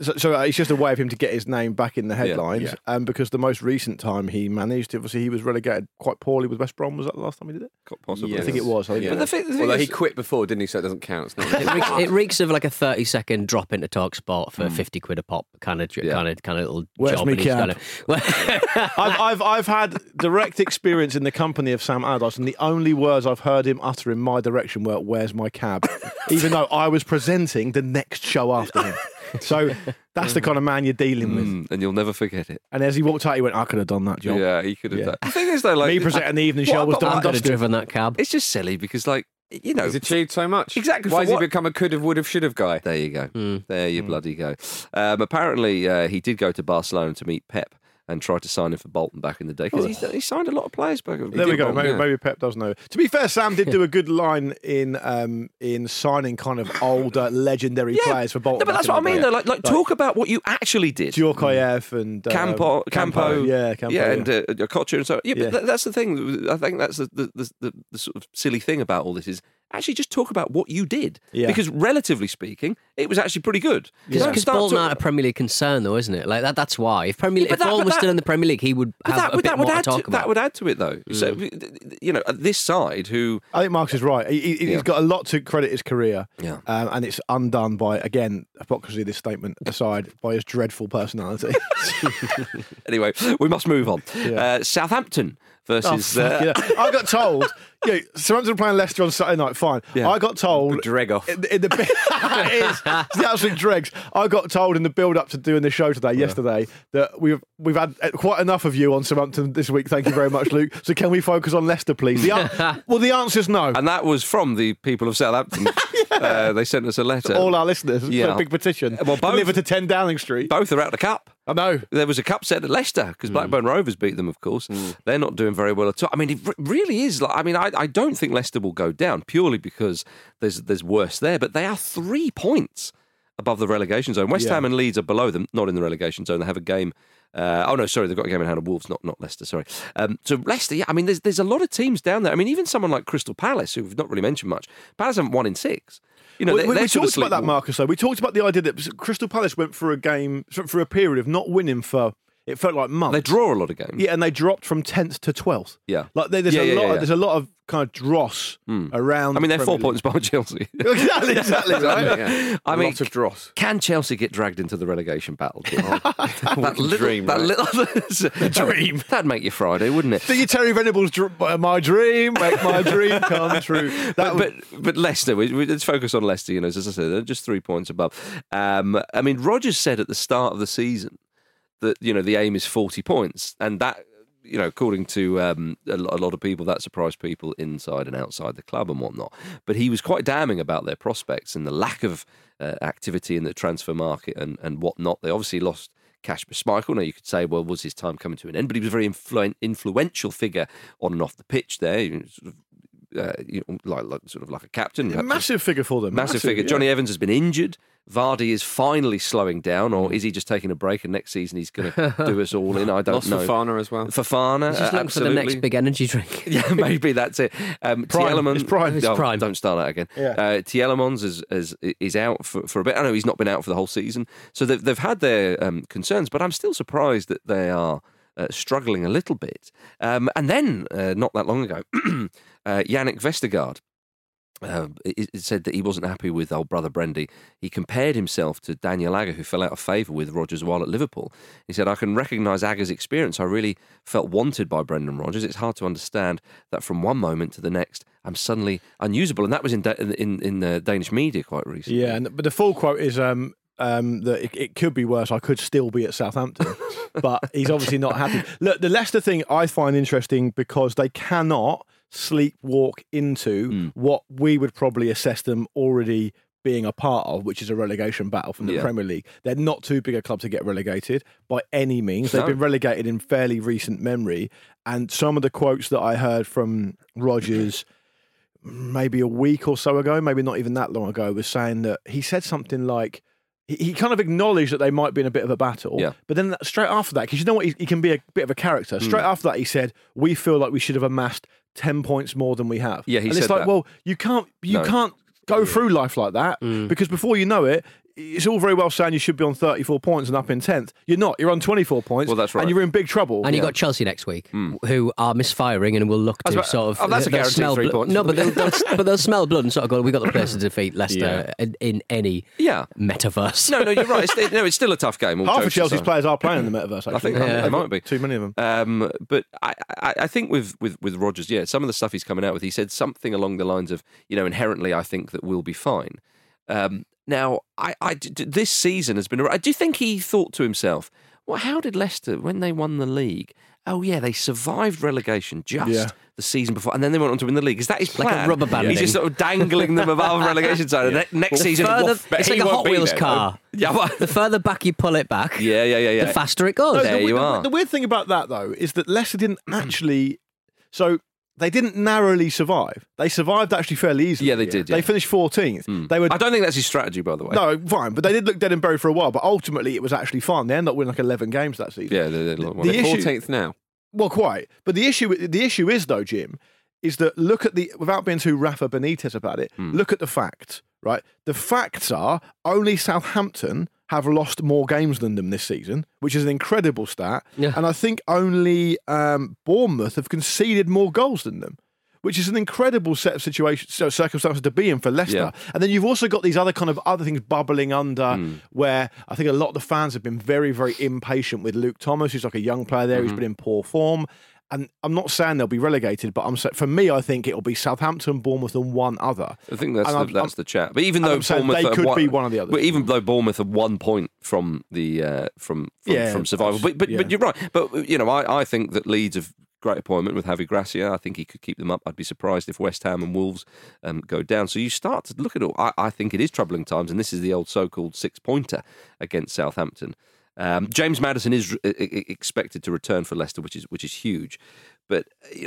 [SPEAKER 2] so, so it's just a way of him to get his name back in the headlines,
[SPEAKER 5] yeah.
[SPEAKER 2] Um, because the most recent time he managed, obviously he was relegated quite poorly with West Brom. Was that the last time he did it?
[SPEAKER 4] Possibly.
[SPEAKER 2] I think it was. I think it
[SPEAKER 5] Yeah.
[SPEAKER 2] was.
[SPEAKER 4] the thing- the thing
[SPEAKER 5] Although he
[SPEAKER 4] is-
[SPEAKER 5] quit before, didn't he? So it doesn't count. It's not
[SPEAKER 3] it, reeks, it reeks of like a thirty second drop into talk sport for
[SPEAKER 4] Hmm.
[SPEAKER 3] fifty quid a pop kind of kind of kind of little
[SPEAKER 2] Where's
[SPEAKER 3] job.
[SPEAKER 2] me
[SPEAKER 3] and he's
[SPEAKER 2] cab?
[SPEAKER 3] kind of- Well-
[SPEAKER 2] I've, I've, I've had direct experience in the company of Sam Allardyce, and the only words I've heard him utter in my direction were, Where's my cab? Even though I was presenting the next show after him. So that's the kind of man you're dealing with.
[SPEAKER 4] Mm, and you'll never forget it.
[SPEAKER 2] And as he walked out, he went, I could have done that job.
[SPEAKER 4] Yeah, he could have
[SPEAKER 2] Yeah.
[SPEAKER 4] done. The thing is, though, like
[SPEAKER 2] Me presenting the evening
[SPEAKER 4] What
[SPEAKER 2] show was
[SPEAKER 4] about-
[SPEAKER 2] done
[SPEAKER 3] I
[SPEAKER 2] and
[SPEAKER 3] could have
[SPEAKER 2] dusted.
[SPEAKER 3] driven that cab.
[SPEAKER 4] it's just silly because, like, you know,
[SPEAKER 5] He's achieved so much.
[SPEAKER 4] Exactly, for
[SPEAKER 5] Why has he
[SPEAKER 4] what-
[SPEAKER 5] become a could have, would have, should have guy?
[SPEAKER 4] There you go.
[SPEAKER 2] Hmm.
[SPEAKER 4] There you bloody go. Um, apparently, uh, he did go to Barcelona to meet Pep and try to sign him for Bolton back in the day
[SPEAKER 5] Oh,
[SPEAKER 4] because he signed a lot of players back. he
[SPEAKER 2] There
[SPEAKER 4] did
[SPEAKER 2] we go.
[SPEAKER 4] Bolton,
[SPEAKER 2] Maybe,
[SPEAKER 4] yeah.
[SPEAKER 2] maybe Pep does know. To be fair, Sam did do a good line in um, in signing kind of older legendary
[SPEAKER 4] Yeah.
[SPEAKER 2] players for Bolton.
[SPEAKER 4] No, but
[SPEAKER 2] back
[SPEAKER 4] that's
[SPEAKER 2] in
[SPEAKER 4] what I
[SPEAKER 2] the
[SPEAKER 4] mean.
[SPEAKER 2] day.
[SPEAKER 4] Though, like, like, talk about what you actually did.
[SPEAKER 2] Djorkaeff and um,
[SPEAKER 4] Campo, Campo,
[SPEAKER 2] yeah, Campo,
[SPEAKER 4] yeah, and uh, Okocha and so. on. Yeah,
[SPEAKER 2] Yeah.
[SPEAKER 4] but th- that's the thing. I think that's the the, the, the the sort of silly thing about all this is actually just talk about what you did
[SPEAKER 2] Yeah.
[SPEAKER 4] because relatively speaking, it was actually pretty good. Don't
[SPEAKER 3] Because
[SPEAKER 4] start
[SPEAKER 3] Bolton
[SPEAKER 4] talk-
[SPEAKER 3] aren't a Premier League concern, though, isn't it? Like that, that's why. If Premier,
[SPEAKER 4] Yeah,
[SPEAKER 3] League,
[SPEAKER 4] but
[SPEAKER 3] if
[SPEAKER 4] that-
[SPEAKER 3] Bolton
[SPEAKER 4] but
[SPEAKER 3] was still
[SPEAKER 4] that-
[SPEAKER 3] in the Premier League, he would
[SPEAKER 4] But
[SPEAKER 3] have
[SPEAKER 4] that,
[SPEAKER 3] a
[SPEAKER 4] would,
[SPEAKER 3] bit
[SPEAKER 4] that
[SPEAKER 3] more
[SPEAKER 4] would
[SPEAKER 3] to
[SPEAKER 4] add to,
[SPEAKER 3] talk about.
[SPEAKER 4] that would add to it though.
[SPEAKER 2] Mm.
[SPEAKER 4] So you know, this side who
[SPEAKER 2] I think Marcus is right. He, he,
[SPEAKER 4] Yeah.
[SPEAKER 2] He's got a lot to credit his career,
[SPEAKER 4] Yeah.
[SPEAKER 2] um, and it's undone by again hypocrisy. This statement aside, by his dreadful personality.
[SPEAKER 4] Anyway, we must move on. Uh, Southampton versus. uh,
[SPEAKER 2] Oh, Yeah. I got told, yeah, Southampton are playing Leicester on Saturday night. Fine.
[SPEAKER 4] Yeah.
[SPEAKER 2] I got told.
[SPEAKER 5] The dreg off.
[SPEAKER 2] In, in the, bi- it is. It's the absolute dregs. I got told in the build up to doing this show today, yesterday, that we've we've had uh, quite enough of you on Southampton this week. Thank you very much, Luke. So can we focus on Leicester, please? The an- well, the answer's no.
[SPEAKER 4] And that was from the people of Southampton. uh, they sent us a letter.
[SPEAKER 2] All our listeners,
[SPEAKER 4] Yeah.
[SPEAKER 2] yeah. a big petition.
[SPEAKER 4] Well, both-
[SPEAKER 2] delivered to 10 Downing Street.
[SPEAKER 4] Both are out of the cup.
[SPEAKER 2] I know. Hmm.
[SPEAKER 4] There was a cup set at Leicester because Blackburn Rovers beat them, of course. They're not doing very well at all. I mean, it re- really is. Like, I mean, I, I don't think Leicester will go down purely because there's there's worse there, but they are three points above the relegation zone. West
[SPEAKER 2] Yeah.
[SPEAKER 4] Ham and Leeds are below them, not in the relegation zone. They have a game. Uh, oh no, sorry, they've got a game in hand of Wolves, not not Leicester. Sorry. Um, so Leicester, yeah, I mean, there's there's a lot of teams down there. I mean, even someone like Crystal Palace, who we've not really mentioned much. Palace haven't won in six. You know,
[SPEAKER 2] we,
[SPEAKER 4] they,
[SPEAKER 2] we-
[SPEAKER 4] they're
[SPEAKER 2] we
[SPEAKER 4] sort of
[SPEAKER 2] talked about that,
[SPEAKER 4] sleepwalk-
[SPEAKER 2] Marcus. Though we talked about the idea that Crystal Palace went for a game for a period of not winning for it felt like months.
[SPEAKER 4] They draw a lot of games.
[SPEAKER 2] yeah, and they dropped from tenth to twelfth.
[SPEAKER 4] Yeah.
[SPEAKER 2] like there- there's
[SPEAKER 4] Yeah,
[SPEAKER 2] a
[SPEAKER 4] yeah,
[SPEAKER 2] lot.
[SPEAKER 4] yeah. Hmm.
[SPEAKER 2] Of, there's a lot of kind of dross around.
[SPEAKER 4] I mean,
[SPEAKER 2] the
[SPEAKER 4] they're four
[SPEAKER 2] Premier
[SPEAKER 4] points behind Chelsea.
[SPEAKER 2] League. exactly, exactly. right?
[SPEAKER 5] Yeah.
[SPEAKER 4] I
[SPEAKER 5] A
[SPEAKER 4] mean,
[SPEAKER 5] lot of dross.
[SPEAKER 4] Can Chelsea get dragged into the relegation battle? that
[SPEAKER 5] dream,
[SPEAKER 4] that
[SPEAKER 5] right?
[SPEAKER 4] little dream. That'd make you Friday, wouldn't it?
[SPEAKER 2] Do you Terry Venables? Dr- uh, my dream, make my dream come true. That
[SPEAKER 4] but,
[SPEAKER 2] would,
[SPEAKER 4] but but Leicester, we, we, let's focus on Leicester. You know, as I said, they're just three points above. Um, I mean, Rogers said at the start of the season that you know the aim is forty points, and that you know, according to um, a, lo- a lot of people, that surprised people inside and outside the club and whatnot. But he was quite damning about their prospects and the lack of uh, activity in the transfer market and and whatnot. They obviously lost. Kasper Schmeichel. Now you could say, well, was his time coming to an end? But he was a very influen- influential figure on and off the pitch. There, He was sort of uh, you know, like, like sort of like a captain, perhaps.
[SPEAKER 2] massive figure for them.
[SPEAKER 4] massive figure.
[SPEAKER 2] yeah.
[SPEAKER 4] Johnny Evans has been injured. Vardy is finally slowing down, or is he just taking a break? And next season he's going to do us all in. I don't
[SPEAKER 5] Lost
[SPEAKER 4] know.
[SPEAKER 5] Fofana as well.
[SPEAKER 4] Fafana,
[SPEAKER 3] He's just
[SPEAKER 4] uh,
[SPEAKER 3] looking for the next
[SPEAKER 4] absolutely.
[SPEAKER 3] big energy drink.
[SPEAKER 4] Yeah, maybe that's it. Um,
[SPEAKER 2] Prime.
[SPEAKER 4] Tielemans-
[SPEAKER 2] It's prime. It's
[SPEAKER 4] Oh,
[SPEAKER 3] prime.
[SPEAKER 4] Don't start that again.
[SPEAKER 2] Yeah.
[SPEAKER 4] Uh, Tielemans is, is is out for, for a bit. I know he's not been out for the whole season, so they've they've had their um, concerns. But I'm still surprised that they are uh, struggling a little bit. Um, and then uh, not that long ago, uh, Yannick Vestergaard. Uh, it, it said that he wasn't happy with old brother Brendy. He compared himself to Daniel Agger, who fell out of favour with Rogers while at Liverpool. He said, I can recognise Agger's experience. I really felt wanted by Brendan Rodgers. It's hard to understand that from one moment to the next, I'm suddenly unusable. And that was in da- in, in the Danish media quite recently.
[SPEAKER 2] Yeah, and, but the full quote is um, um, that it, it could be worse. I could still be at Southampton, but he's obviously not happy. Look, the Leicester thing I find interesting because they cannot sleepwalk into
[SPEAKER 4] Hmm.
[SPEAKER 2] what we would probably assess them already being a part of, which is a relegation battle from the
[SPEAKER 4] Yeah.
[SPEAKER 2] Premier League. They're not too big a club to get relegated by any means. They've
[SPEAKER 4] No.
[SPEAKER 2] been relegated in fairly recent memory, and some of the quotes that I heard from Rogers maybe a week or so ago, maybe not even that long ago, was saying that he said something like he, he kind of acknowledged that they might be in a bit of a battle.
[SPEAKER 4] Yeah. Hmm.
[SPEAKER 2] But then that, straight after that, because you know what, he, he can be a bit of a character. Straight after that, he said, "We feel like we should have amassed ten points more than we have."
[SPEAKER 4] Yeah, he
[SPEAKER 2] and it's
[SPEAKER 4] said
[SPEAKER 2] like,
[SPEAKER 4] that.
[SPEAKER 2] well, you can't, you
[SPEAKER 4] No.
[SPEAKER 2] can't go through life like that
[SPEAKER 3] Hmm.
[SPEAKER 2] because before you know it. It's all very well saying you should be on 34 points and up in 10th. You're not. You're on 24 points.
[SPEAKER 4] Well, that's right.
[SPEAKER 2] And you're in big trouble.
[SPEAKER 3] And you got Chelsea next week, who are misfiring and will look
[SPEAKER 4] Hmm. That's
[SPEAKER 3] to
[SPEAKER 4] about-
[SPEAKER 3] sort of.
[SPEAKER 4] oh, that's a
[SPEAKER 3] they'll
[SPEAKER 4] guaranteed
[SPEAKER 3] smell
[SPEAKER 4] three
[SPEAKER 3] blo-
[SPEAKER 4] points.
[SPEAKER 3] No, but they'll, they'll, but they'll smell blood and sort of go, we got the place to defeat Leicester in, in any
[SPEAKER 4] Yeah.
[SPEAKER 3] metaverse.
[SPEAKER 4] No, no, you're right. It's, no, it's still a tough game. all
[SPEAKER 2] Half of
[SPEAKER 4] jokes
[SPEAKER 2] Chelsea's
[SPEAKER 4] aside.
[SPEAKER 2] players are playing in the metaverse. Actually.
[SPEAKER 4] I think there might be
[SPEAKER 2] too many of them.
[SPEAKER 4] Um, but I, I, I think with, with with Rogers, yeah, some of the stuff he's coming out with, he said something along the lines of, you know, inherently, I think that we'll be fine. Um, now, I, I d- d- this season has been. I do think he thought to himself, well, how did Leicester when they won the league? Oh yeah, they survived relegation just
[SPEAKER 2] Yeah.
[SPEAKER 4] the season before, and then they went on to win the league. Is that his
[SPEAKER 3] Like a
[SPEAKER 4] plan?
[SPEAKER 3] rubber banding.
[SPEAKER 4] He's just sort of dangling them above relegation zone. and ne- Next season,
[SPEAKER 3] Further-
[SPEAKER 4] woof,
[SPEAKER 3] it's like a Hot Wheels car.
[SPEAKER 4] Yeah, well,
[SPEAKER 3] the further back you pull it back,
[SPEAKER 4] yeah, yeah, yeah, yeah.
[SPEAKER 3] the faster it goes.
[SPEAKER 2] No,
[SPEAKER 4] There
[SPEAKER 2] the,
[SPEAKER 4] you
[SPEAKER 2] the-
[SPEAKER 4] are.
[SPEAKER 2] The weird thing about that though is that Leicester didn't actually. so they didn't narrowly survive. They survived actually fairly easily.
[SPEAKER 4] Yeah, they did, yeah. Hmm.
[SPEAKER 2] They finished 14th. They were.
[SPEAKER 4] I don't think that's his strategy, by the way.
[SPEAKER 2] no, fine, but they did look dead and buried for a while. But ultimately, it was actually fine. They ended up winning like eleven games that season.
[SPEAKER 4] Yeah, they, they, the,
[SPEAKER 2] The issue-
[SPEAKER 5] 14th now.
[SPEAKER 2] Well, quite. But the issue, the issue is though, Jim, is that look at the without being too Rafa Benitez about it. Look at the facts, right? The facts are only Southampton have lost more games than them this season, which is an incredible stat.
[SPEAKER 3] Yeah.
[SPEAKER 2] And I think only um, Bournemouth have conceded more goals than them. Which is an incredible set of situations, so circumstances to be in for Leicester. And then you've also got these other kind of other things bubbling under, where I think a lot of the fans have been very, very impatient with Luke Thomas, who's like a young player there. He's been in poor form. And I'm not saying they'll be relegated, but I'm sa- for me, I think it'll be Southampton, Bournemouth, and one other.
[SPEAKER 4] I think that's
[SPEAKER 2] And
[SPEAKER 4] the,
[SPEAKER 2] I'm-
[SPEAKER 4] that's
[SPEAKER 2] I'm-
[SPEAKER 4] the chat. But even
[SPEAKER 2] and
[SPEAKER 4] though
[SPEAKER 2] I'm saying
[SPEAKER 4] Bournemouth
[SPEAKER 2] they
[SPEAKER 4] are
[SPEAKER 2] could
[SPEAKER 4] one,
[SPEAKER 2] be one of the others.
[SPEAKER 4] But even though Bournemouth are one point from the uh, from from,
[SPEAKER 2] Yeah,
[SPEAKER 4] from survival, but but, but
[SPEAKER 2] yeah.
[SPEAKER 4] you're right. But you know, I, I think that Leeds have great appointment with Javi Gracia. I think he could keep them up. I'd be surprised if West Ham and Wolves um, go down. So you start to look at all. I, I think it is troubling times, and this is the old so-called six-pointer against Southampton. Um, James Madison is re- e- e- expected to return for Leicester, which is which is huge, but you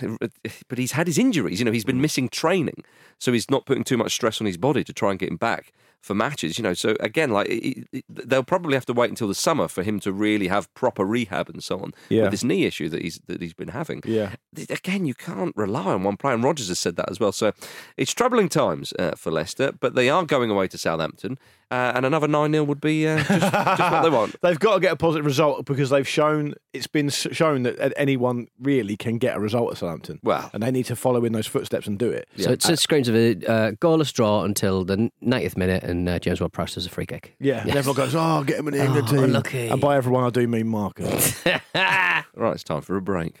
[SPEAKER 4] know, but he's had his injuries. You know,
[SPEAKER 2] Mm.
[SPEAKER 4] he's been missing training, so he's not putting too much stress on his body to try and get him back for matches. You know, so again, like it, it, they'll probably have to wait until the summer for him to really have proper rehab and so on
[SPEAKER 2] Yeah.
[SPEAKER 4] with this knee issue that he's that he's been having
[SPEAKER 2] Yeah.
[SPEAKER 4] again, you can't rely on one player. And Rogers has said that as well. So it's troubling times uh, for Leicester, but they are going away to Southampton, uh, and another 9 0 would be uh, just, just what they want.
[SPEAKER 2] They've got to get a positive result because they've shown it's been s- shown that a- anyone really can get a result at Southampton.
[SPEAKER 4] Well.
[SPEAKER 2] and they need to follow in those footsteps and do it.
[SPEAKER 3] So it's it screams of a uh, goalless draw until the 90th minute, and uh, James Ward-Prowse does a free kick.
[SPEAKER 2] Yeah, and everyone goes, "Oh, get him in the England
[SPEAKER 3] Oh,
[SPEAKER 2] team."
[SPEAKER 3] lucky.
[SPEAKER 2] And by everyone, I do mean Marcus.
[SPEAKER 4] Right, it's time for a break.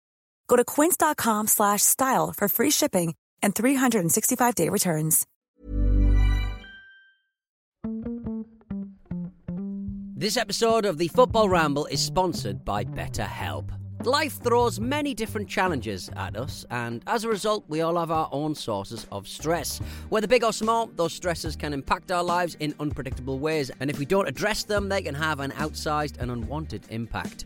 [SPEAKER 6] Go to quince.com slash style for free shipping and 365-day returns.
[SPEAKER 7] This episode of the Football Ramble is sponsored by BetterHelp. Life throws many different challenges at us, and as a result, we all have our own sources of stress. Whether big or small, those stresses can impact our lives in unpredictable ways, and if we don't address them, they can have an outsized and unwanted impact.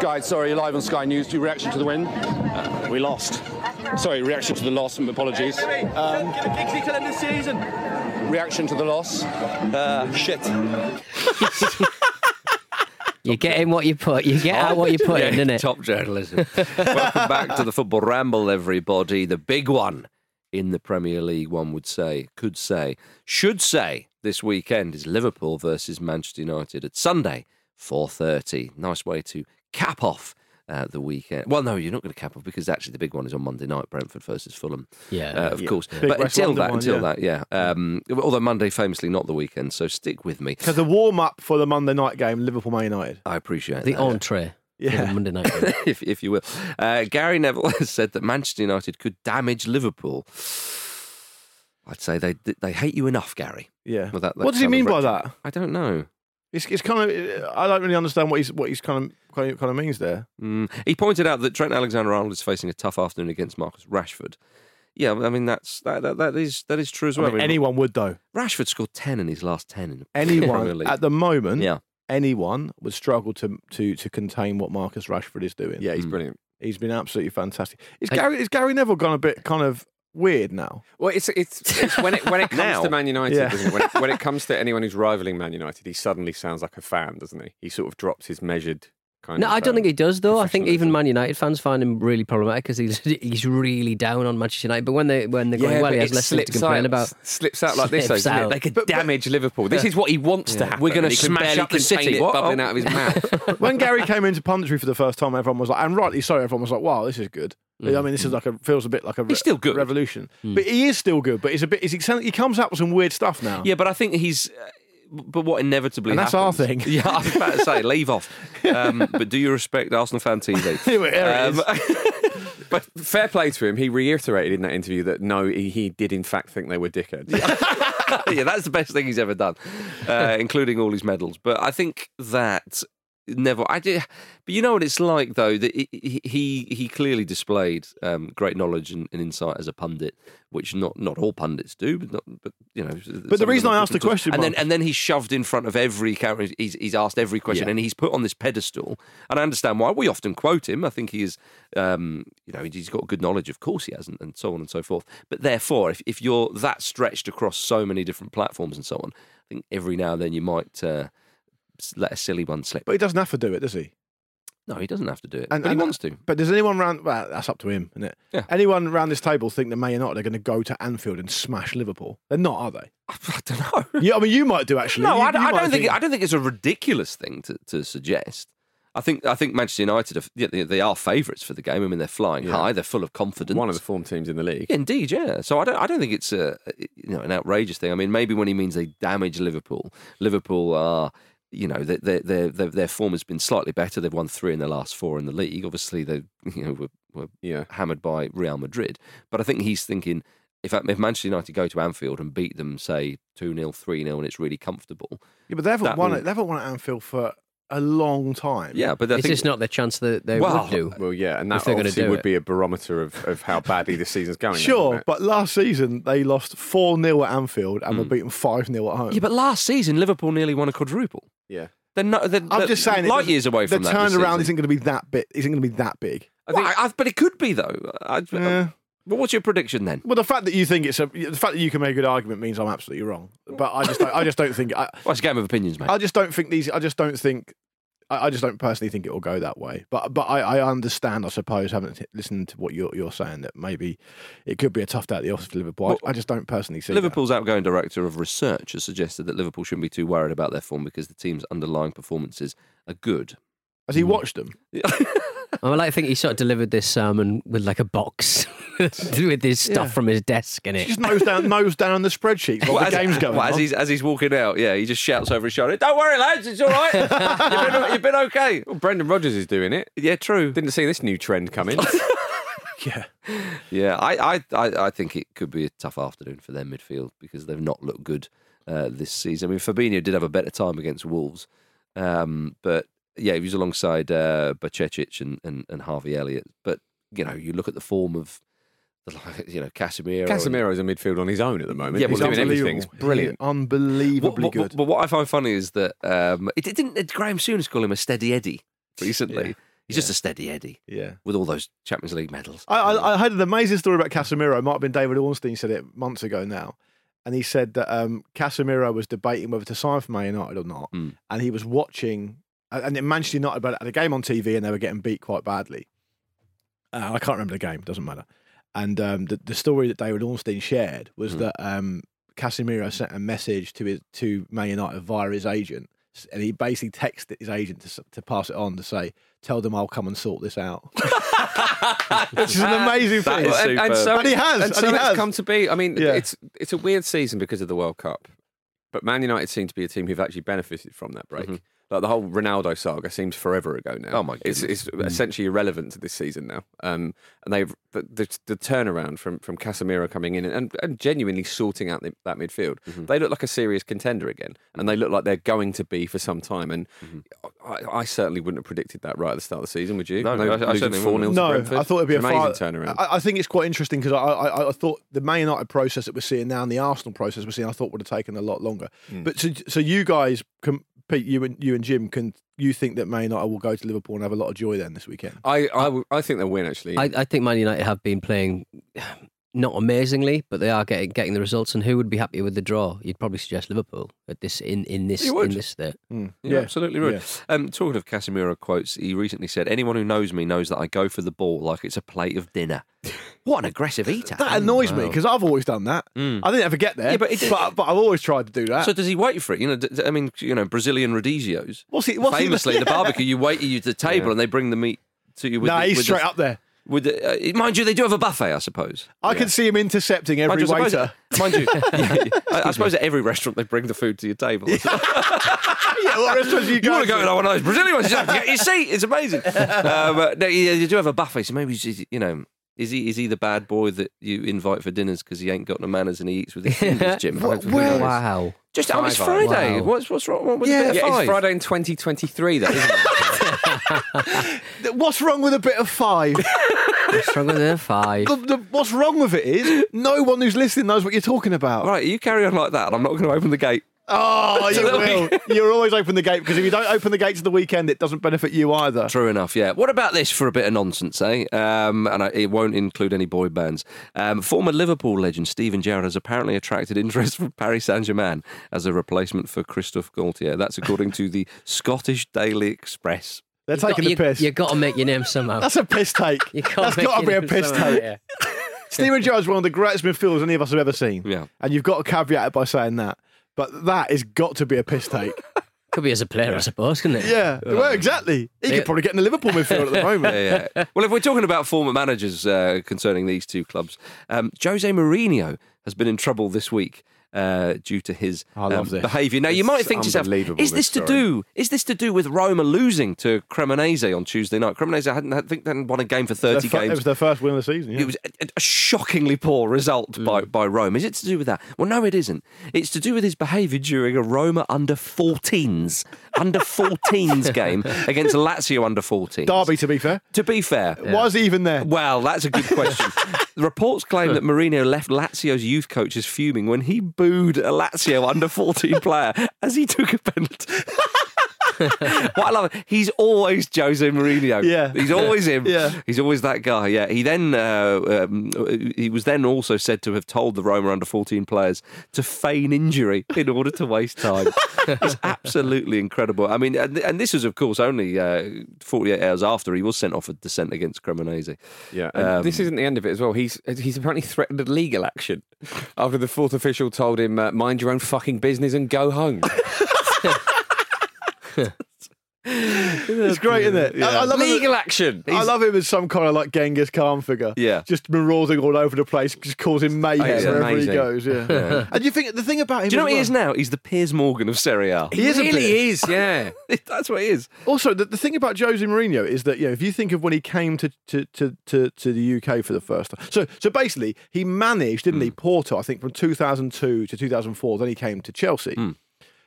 [SPEAKER 8] Guys, sorry, live on Sky News. Do you reaction to the win? we lost. Sorry, reaction to the loss. and Apologies. Um, reaction to the loss. Uh, shit.
[SPEAKER 3] You get in what you put, you get out what you put in, innit?
[SPEAKER 4] Top journalism. Welcome back to the Football Ramble, everybody. The big one in the Premier League, one would say, could say, should say this weekend is Liverpool versus Manchester United at Sunday, 4.30. Nice way to cap off uh, the weekend. Well, no, you're not going to cap off because actually the big one is on Monday night, Brentford versus Fulham.
[SPEAKER 3] Yeah.
[SPEAKER 4] Uh, of course.
[SPEAKER 2] Big
[SPEAKER 4] but
[SPEAKER 2] West
[SPEAKER 4] until
[SPEAKER 2] London
[SPEAKER 4] that,
[SPEAKER 2] one,
[SPEAKER 4] until
[SPEAKER 2] yeah.
[SPEAKER 4] that, yeah. Um, although Monday famously not the weekend, so stick with me.
[SPEAKER 2] Because the warm up for the Monday night game, Liverpool Man United.
[SPEAKER 4] I appreciate
[SPEAKER 3] The
[SPEAKER 4] that.
[SPEAKER 3] entree for the
[SPEAKER 2] Yeah.
[SPEAKER 3] Monday night. game.
[SPEAKER 4] if, if you will. Uh, Gary Neville has said that Manchester United could damage Liverpool. I'd say they they hate you enough, Gary.
[SPEAKER 2] Yeah.
[SPEAKER 4] Well, that- that
[SPEAKER 2] what does he
[SPEAKER 4] sounded
[SPEAKER 2] mean by
[SPEAKER 4] retro-
[SPEAKER 2] that?
[SPEAKER 4] I don't know.
[SPEAKER 2] It's, it's kind of I don't really understand what he's what he's kind of kind of, kind of means there.
[SPEAKER 4] Mm. He pointed out that Trent Alexander-Arnold is facing a tough afternoon against Marcus Rashford. yeah, I mean that's that that, that is that is true as
[SPEAKER 2] I
[SPEAKER 4] well.
[SPEAKER 2] mean, anyone would though.
[SPEAKER 4] Rashford scored ten in his last ten in Premier
[SPEAKER 2] Anyone
[SPEAKER 4] League.
[SPEAKER 2] at the moment,
[SPEAKER 4] yeah,
[SPEAKER 2] anyone would struggle to to to contain what Marcus Rashford is doing.
[SPEAKER 5] Yeah, he's brilliant.
[SPEAKER 2] He's been absolutely fantastic. Is
[SPEAKER 4] Hey-
[SPEAKER 2] Gary is Gary Neville gone a bit kind of weird now?
[SPEAKER 5] Well, it's it's, it's when it when it comes
[SPEAKER 4] Now.
[SPEAKER 5] to Man United,
[SPEAKER 2] Yeah.
[SPEAKER 5] doesn't it? When, it? when it comes to anyone who's rivaling Man United, he suddenly sounds like a fan, doesn't he? He sort of drops his measured kind.
[SPEAKER 3] No,
[SPEAKER 5] of,
[SPEAKER 3] I don't
[SPEAKER 5] um,
[SPEAKER 3] think he does though. I think even
[SPEAKER 5] professionalism.
[SPEAKER 3] Man United fans find him really problematic because he's he's really down on Manchester United. But when they when they're going well,
[SPEAKER 5] but
[SPEAKER 3] he has
[SPEAKER 5] it
[SPEAKER 3] less things to
[SPEAKER 5] slips
[SPEAKER 3] complain
[SPEAKER 5] out,
[SPEAKER 3] about.
[SPEAKER 5] s- Slips out like this, though,
[SPEAKER 3] Slips
[SPEAKER 5] doesn't it?
[SPEAKER 3] out.
[SPEAKER 5] They could damage Liverpool. This is what he wants to happen.
[SPEAKER 4] We're gonna
[SPEAKER 5] and he can
[SPEAKER 4] smash
[SPEAKER 5] barely
[SPEAKER 4] up the
[SPEAKER 5] contain
[SPEAKER 4] city.
[SPEAKER 5] It
[SPEAKER 4] What?
[SPEAKER 5] bubbling
[SPEAKER 4] Oh.
[SPEAKER 5] out of his mouth.
[SPEAKER 2] when Gary came into punditry for the first time, everyone was like, and rightly so, everyone was like, "Wow, this is good." I mean, this is like a feels a bit like a re-
[SPEAKER 4] Hmm. He's still good. Hmm.
[SPEAKER 2] revolution, but he is still good. But he's a bit. He's, exce- he comes out with some weird stuff now.
[SPEAKER 4] yeah, but I think he's. Uh, but what inevitably
[SPEAKER 2] And that's our
[SPEAKER 4] happens-
[SPEAKER 2] thing.
[SPEAKER 4] Yeah, I was about to say, leave off. Um, but do you respect Arsenal fan TV?
[SPEAKER 2] Anyway, there it is.
[SPEAKER 5] Um, But fair play to him. He reiterated in that interview that no, he, he did in fact think they were dickheads.
[SPEAKER 4] yeah, that's the best thing he's ever done, uh, including all his medals. But I think that Neville, I did, but you know what it's like though that he he- he, he clearly displayed um, great knowledge and, and insight as a pundit, which not not all pundits do, but not, but you know. But
[SPEAKER 2] reason I asked the question,
[SPEAKER 4] and then
[SPEAKER 2] Mark-
[SPEAKER 4] and then he's shoved in front of every character. He's he's asked every question,
[SPEAKER 5] Yeah.
[SPEAKER 4] and he's put on this pedestal. And I understand why we often quote him. I think he is, um, you know, he's got good knowledge. Of course, he hasn't, and so on and so forth. But therefore, if if you're that stretched across so many different platforms and so on, I think every now and then you might. Uh, s- let a silly one slip.
[SPEAKER 2] But he doesn't have to do it, does he?
[SPEAKER 4] No, he doesn't have to do it, but he wants to.
[SPEAKER 2] But does anyone round? Well, that's up to him, isn't it?
[SPEAKER 4] Yeah.
[SPEAKER 2] Anyone round this table think that Man United are going to go to Anfield and smash Liverpool? They're not, are they?
[SPEAKER 4] I, don't know.
[SPEAKER 2] Yeah, I mean, you might do actually.
[SPEAKER 4] No,
[SPEAKER 2] You-
[SPEAKER 4] I, d-
[SPEAKER 2] you
[SPEAKER 4] I
[SPEAKER 2] might
[SPEAKER 4] don't think, I don't think it's a ridiculous thing to, to suggest. I think I think Manchester United are, yeah, they- they are favourites for the game. I mean, they're flying
[SPEAKER 5] Yeah.
[SPEAKER 4] high. They're full of confidence.
[SPEAKER 5] One of the form teams in the league.
[SPEAKER 4] Yeah, indeed, yeah. So I don't, I don't think it's a you know an outrageous thing. I mean, maybe when he means they damage Liverpool, Liverpool are you know their their their, their, their form has been slightly better. They've won three in their last four in the league. Obviously, they you know were, were
[SPEAKER 5] Yeah.
[SPEAKER 4] hammered by Real Madrid. But I think he's thinking if if Manchester United go to Anfield and beat them, say two 0 three 0 and it's really comfortable.
[SPEAKER 2] Yeah, but they haven't
[SPEAKER 4] That
[SPEAKER 2] won.
[SPEAKER 4] will-
[SPEAKER 2] it. They haven't won at Anfield for a long time.
[SPEAKER 4] Yeah, but I
[SPEAKER 3] It's
[SPEAKER 4] think
[SPEAKER 3] just not the chance that they
[SPEAKER 4] Well,
[SPEAKER 3] would do.
[SPEAKER 5] Well, yeah, and
[SPEAKER 3] If
[SPEAKER 5] that
[SPEAKER 3] they're gonna
[SPEAKER 5] obviously
[SPEAKER 3] do
[SPEAKER 5] would
[SPEAKER 3] it.
[SPEAKER 5] be a barometer of, of how badly the season's going. then,
[SPEAKER 2] Sure,
[SPEAKER 5] wouldn't it?
[SPEAKER 2] but last season they lost 4 0 at Anfield and were beaten 5 0 at home.
[SPEAKER 4] Hmm. yeah. But last season, Liverpool nearly won a quadruple.
[SPEAKER 5] yeah,
[SPEAKER 4] They're not. They're,
[SPEAKER 2] I'm
[SPEAKER 4] they're
[SPEAKER 2] just saying, it
[SPEAKER 4] light
[SPEAKER 2] doesn't-
[SPEAKER 4] years away from
[SPEAKER 2] the
[SPEAKER 4] that this
[SPEAKER 2] turnaround
[SPEAKER 4] season.
[SPEAKER 2] isn't going to be that big. Isn't going to be that big.
[SPEAKER 4] I think, I, but it could be though. I,
[SPEAKER 2] Yeah.
[SPEAKER 4] Well, what's your prediction then?
[SPEAKER 2] Well, the fact that you think it's a the fact that you can make a good argument means I'm absolutely wrong. But I just don't, I just don't think I,
[SPEAKER 4] Well, it's a game of opinions, mate.
[SPEAKER 2] I just don't think these. I just don't think. I I just don't personally think it will go that way, but but I, I understand, I suppose, having t- listened to what you're you're saying that maybe it could be a tough day at the office for Liverpool. I-
[SPEAKER 4] Well,
[SPEAKER 2] I, just don't personally see that.
[SPEAKER 4] Liverpool's outgoing director of research has suggested that Liverpool shouldn't be too worried about their form because the team's underlying performances are good.
[SPEAKER 2] Has he watched them?
[SPEAKER 3] I mean, like, I think he sort of delivered this sermon with like a box with his stuff
[SPEAKER 2] Yeah.
[SPEAKER 3] from his desk in
[SPEAKER 2] He
[SPEAKER 3] it.
[SPEAKER 2] just nose down nose down on the spreadsheet while
[SPEAKER 4] Well,
[SPEAKER 2] the game's going
[SPEAKER 4] well, as
[SPEAKER 2] on.
[SPEAKER 4] he's as he's walking out, yeah, he just shouts over his shoulder, "Don't worry, lads, it's all right. you've, been, you've been okay."
[SPEAKER 5] well, Brendan Rodgers is doing it.
[SPEAKER 4] Yeah, true.
[SPEAKER 5] Didn't see this new trend coming.
[SPEAKER 2] Yeah,
[SPEAKER 4] Yeah, I, I, I, I think it could be a tough afternoon for their midfield because they've not looked good uh, this season. I mean, Fabinho did have a better time against Wolves, um, but yeah, he was alongside uh, Bacecic and, and, and Harvey Elliott. But you know, you look at the form of the like, you know Casemiro. and-
[SPEAKER 5] Casemiro's a midfield on his own at the moment.
[SPEAKER 4] Yeah,
[SPEAKER 5] he's
[SPEAKER 4] well,
[SPEAKER 5] doing everything. It's
[SPEAKER 2] Unbelievable.
[SPEAKER 5] brilliant.
[SPEAKER 2] He- unbelievably
[SPEAKER 4] What- what-
[SPEAKER 2] good.
[SPEAKER 4] But what I find funny is that um, it, it didn't. It, Graham Souness called him a steady Eddie recently.
[SPEAKER 2] Yeah.
[SPEAKER 4] He's just a steady Eddie
[SPEAKER 2] yeah.
[SPEAKER 4] with all those Champions League medals.
[SPEAKER 2] I, I, I heard an amazing story about Casemiro. It might have been David Ornstein said it months ago now. And he said that um, Casemiro was debating whether to sign for Man United or not.
[SPEAKER 4] Mm.
[SPEAKER 2] And he was watching, and and then Manchester United had a game on TV and they were getting beat quite badly. Uh, I can't remember the game, doesn't matter. And um, the, the story that David Ornstein shared was that um, Casemiro sent a message to his, to Man United via his agent. s- And he basically texted his agent to, s- to pass it on to say, tell them I'll come and sort this out. Which is an amazing
[SPEAKER 4] That
[SPEAKER 2] thing.
[SPEAKER 4] is
[SPEAKER 5] and, and so
[SPEAKER 2] And he has,
[SPEAKER 5] And
[SPEAKER 2] and
[SPEAKER 5] so
[SPEAKER 2] he
[SPEAKER 5] it's
[SPEAKER 2] has.
[SPEAKER 5] come to be. I mean,
[SPEAKER 2] Yeah.
[SPEAKER 5] it's it's a
[SPEAKER 2] Mm-hmm.
[SPEAKER 5] weird season because of the World Cup, but Man United seem to be a team who've actually benefited from that break Like the whole Ronaldo saga seems forever ago now.
[SPEAKER 4] Oh, my
[SPEAKER 5] It's,
[SPEAKER 4] goodness.
[SPEAKER 5] it's
[SPEAKER 2] Mm-hmm.
[SPEAKER 5] essentially irrelevant to this season now. Um, and they've the, the, the turnaround from from Casemiro coming in and, and genuinely sorting out the, that midfield.
[SPEAKER 2] Mm-hmm.
[SPEAKER 5] They look like a serious contender again, and they look like they're going to be for some time. And
[SPEAKER 2] Mm-hmm.
[SPEAKER 5] I, I certainly wouldn't have predicted that right at the start of the season, would you?
[SPEAKER 4] No,
[SPEAKER 5] They
[SPEAKER 4] I- I
[SPEAKER 5] losing
[SPEAKER 4] certainly
[SPEAKER 5] 4-0 to
[SPEAKER 4] wouldn't.
[SPEAKER 2] No,
[SPEAKER 5] Brentford.
[SPEAKER 2] I thought it'd be
[SPEAKER 5] It's
[SPEAKER 2] a
[SPEAKER 5] an
[SPEAKER 2] far-
[SPEAKER 5] amazing turnaround.
[SPEAKER 2] I, I think it's quite interesting because I, I, I thought the Man United process that we're seeing now and the Arsenal process we're seeing, I thought would have taken a lot longer.
[SPEAKER 4] Mm.
[SPEAKER 2] But so, so you guys, can, Pete, you and you and Jim, can you think that Man United will go to Liverpool and have a lot of joy then this weekend?
[SPEAKER 5] I, I, w- I think they'll win actually.
[SPEAKER 3] I, I think Man United have been playing not amazingly, but they are getting getting the results. And who would be happy with the draw? You'd probably suggest Liverpool at this in in this
[SPEAKER 4] You would.
[SPEAKER 3] in this state.
[SPEAKER 5] Hmm.
[SPEAKER 2] Mm.
[SPEAKER 4] You're absolutely right. Um, talking of Casemiro quotes, he recently said, "Anyone who knows me knows that I go for the ball like it's a plate of dinner." what an aggressive eater!
[SPEAKER 2] That annoys me because I've always done that. I didn't ever get there,
[SPEAKER 4] Mm. Yeah, but
[SPEAKER 2] but,
[SPEAKER 4] it-
[SPEAKER 2] but I've always tried to do that.
[SPEAKER 4] So does he wait for it? You know, d- d- I mean, you know, Brazilian rodizios.
[SPEAKER 2] What's he- what's he-
[SPEAKER 4] famously the
[SPEAKER 2] yeah.
[SPEAKER 4] barbecue? You wait, you to the table,
[SPEAKER 5] Yeah.
[SPEAKER 4] and they bring the meat to you. With
[SPEAKER 2] nah,
[SPEAKER 4] the,
[SPEAKER 2] he's
[SPEAKER 4] with
[SPEAKER 2] straight
[SPEAKER 4] the,
[SPEAKER 2] up there.
[SPEAKER 4] With the, uh, mind you, they do have a buffet, I suppose.
[SPEAKER 2] I can see him intercepting every
[SPEAKER 4] mind you, I
[SPEAKER 2] waiter.
[SPEAKER 4] suppose- mind you, I, I suppose at every restaurant they bring the food to your table.
[SPEAKER 2] yeah, what restaurants you,
[SPEAKER 4] You
[SPEAKER 2] go
[SPEAKER 4] want to go
[SPEAKER 2] to?
[SPEAKER 4] to one of those Brazilian ones? You have to get your seat. It's amazing. Um, uh, no, you, you do have a buffet, so maybe he's- you know. Is he is he the bad boy that you invite for dinners because he ain't got no manners and he eats with his fingers, Jim?
[SPEAKER 2] What- where-
[SPEAKER 3] Wow.
[SPEAKER 4] Just oh, it's
[SPEAKER 5] Five,
[SPEAKER 4] Friday.
[SPEAKER 3] wow.
[SPEAKER 4] What's what's wrong with
[SPEAKER 2] Yeah.
[SPEAKER 4] a bit of
[SPEAKER 5] yeah,
[SPEAKER 4] five?
[SPEAKER 5] it's Friday in 2023 though, isn't it?
[SPEAKER 2] What's wrong with a bit of five?
[SPEAKER 3] What's wrong with their five?
[SPEAKER 2] the, the, what's wrong with it is no one who's listening knows what you're talking about.
[SPEAKER 4] Right, you carry on like that, and I'm not going to open the gate.
[SPEAKER 2] Oh, you
[SPEAKER 4] the
[SPEAKER 2] will. You're always open the gate because if you don't open the gate to the weekend, it doesn't benefit you either.
[SPEAKER 4] True enough, yeah. What about this for a bit of nonsense, eh? Um, and I, it won't include any boy bands. Um, former Liverpool legend Steven Gerrard has apparently attracted interest from Paris Saint Germain as a replacement for Christophe Gaultier. That's according to the Scottish Daily Express.
[SPEAKER 2] They're taking
[SPEAKER 3] you,
[SPEAKER 2] the piss.
[SPEAKER 3] You got to make your name somehow.
[SPEAKER 2] That's a piss take.
[SPEAKER 3] You can't
[SPEAKER 2] That's
[SPEAKER 3] make
[SPEAKER 2] got to
[SPEAKER 3] your
[SPEAKER 2] be a
[SPEAKER 3] name
[SPEAKER 2] piss
[SPEAKER 3] somehow,
[SPEAKER 2] take.
[SPEAKER 3] yeah.
[SPEAKER 2] Steven Gerrard's one of the greatest midfielders any of us have ever seen.
[SPEAKER 4] Yeah.
[SPEAKER 2] And you've got to caveat it by saying that. But that has got to be a piss take.
[SPEAKER 3] Could be as a player, I suppose, couldn't it?
[SPEAKER 2] yeah. Well, exactly. He could probably get in the Liverpool midfield at the moment.
[SPEAKER 4] Yeah, yeah. well, if we're talking about former managers uh, concerning these two clubs, um, Jose Mourinho has been in trouble this week. Uh, due to his um,
[SPEAKER 2] I love this.
[SPEAKER 4] behaviour. Now you might think to yourself,
[SPEAKER 5] unbelievable,
[SPEAKER 4] "Is
[SPEAKER 5] this
[SPEAKER 4] this to
[SPEAKER 5] story.
[SPEAKER 4] do? Is this to do with Roma losing to Cremonese on Tuesday night? Cremonese hadn't, I think, they hadn't won a game for
[SPEAKER 2] Their
[SPEAKER 4] thirty
[SPEAKER 2] fir- It
[SPEAKER 4] games.
[SPEAKER 2] was their first win of the season. Yeah.
[SPEAKER 4] It was a, a shockingly poor result by,
[SPEAKER 2] Mm.
[SPEAKER 4] by Rome. Is it to do with that? Well, no, it isn't. It's to do with his behaviour during a Roma under 14s, under 14s game against Lazio under 14s.
[SPEAKER 2] Derby, to be fair.
[SPEAKER 4] To be fair.
[SPEAKER 2] Was he even there?
[SPEAKER 4] Well, that's a good question. The Reports claim that Mourinho left Lazio's youth coaches fuming when he booed a Lazio under 14 player as he took a penalty. what I love, he's always Jose Mourinho.
[SPEAKER 2] Yeah.
[SPEAKER 4] he's always him.
[SPEAKER 2] Yeah.
[SPEAKER 4] he's always that guy. Yeah, he then uh, um, he was then also said to have told the Roma under 14 players to feign injury in order to waste time. it's absolutely incredible. I mean, and, and this was of course only uh, 48 hours after he was sent off for dissent against Cremonese.
[SPEAKER 5] Yeah, and
[SPEAKER 4] Um,
[SPEAKER 5] this isn't the end of it as well. He's he's apparently threatened legal action after the fourth official told him, uh, "Mind your own fucking business and go home."
[SPEAKER 2] It's great, isn't it? I, I love it.
[SPEAKER 5] legal action.
[SPEAKER 2] I love him as some kind of like Genghis Khan figure.
[SPEAKER 4] Yeah.
[SPEAKER 2] Just marauding all over the place, just causing mayhem
[SPEAKER 5] He's
[SPEAKER 2] wherever
[SPEAKER 5] amazing.
[SPEAKER 2] he goes. Yeah. And you think the thing about him?
[SPEAKER 4] Do you know
[SPEAKER 2] as
[SPEAKER 4] what he
[SPEAKER 2] well-
[SPEAKER 4] is now? He's the Piers Morgan of Serie A.
[SPEAKER 2] He is a bit.
[SPEAKER 5] really is. Yeah,
[SPEAKER 4] That's what he is.
[SPEAKER 2] Also, the, the thing about Jose Mourinho is that you know if you think of when he came to to, to, to, to the UK for the first time. So so basically, he managed, didn't he, Porto? I think from 2002 to 2004. Then he came to Chelsea.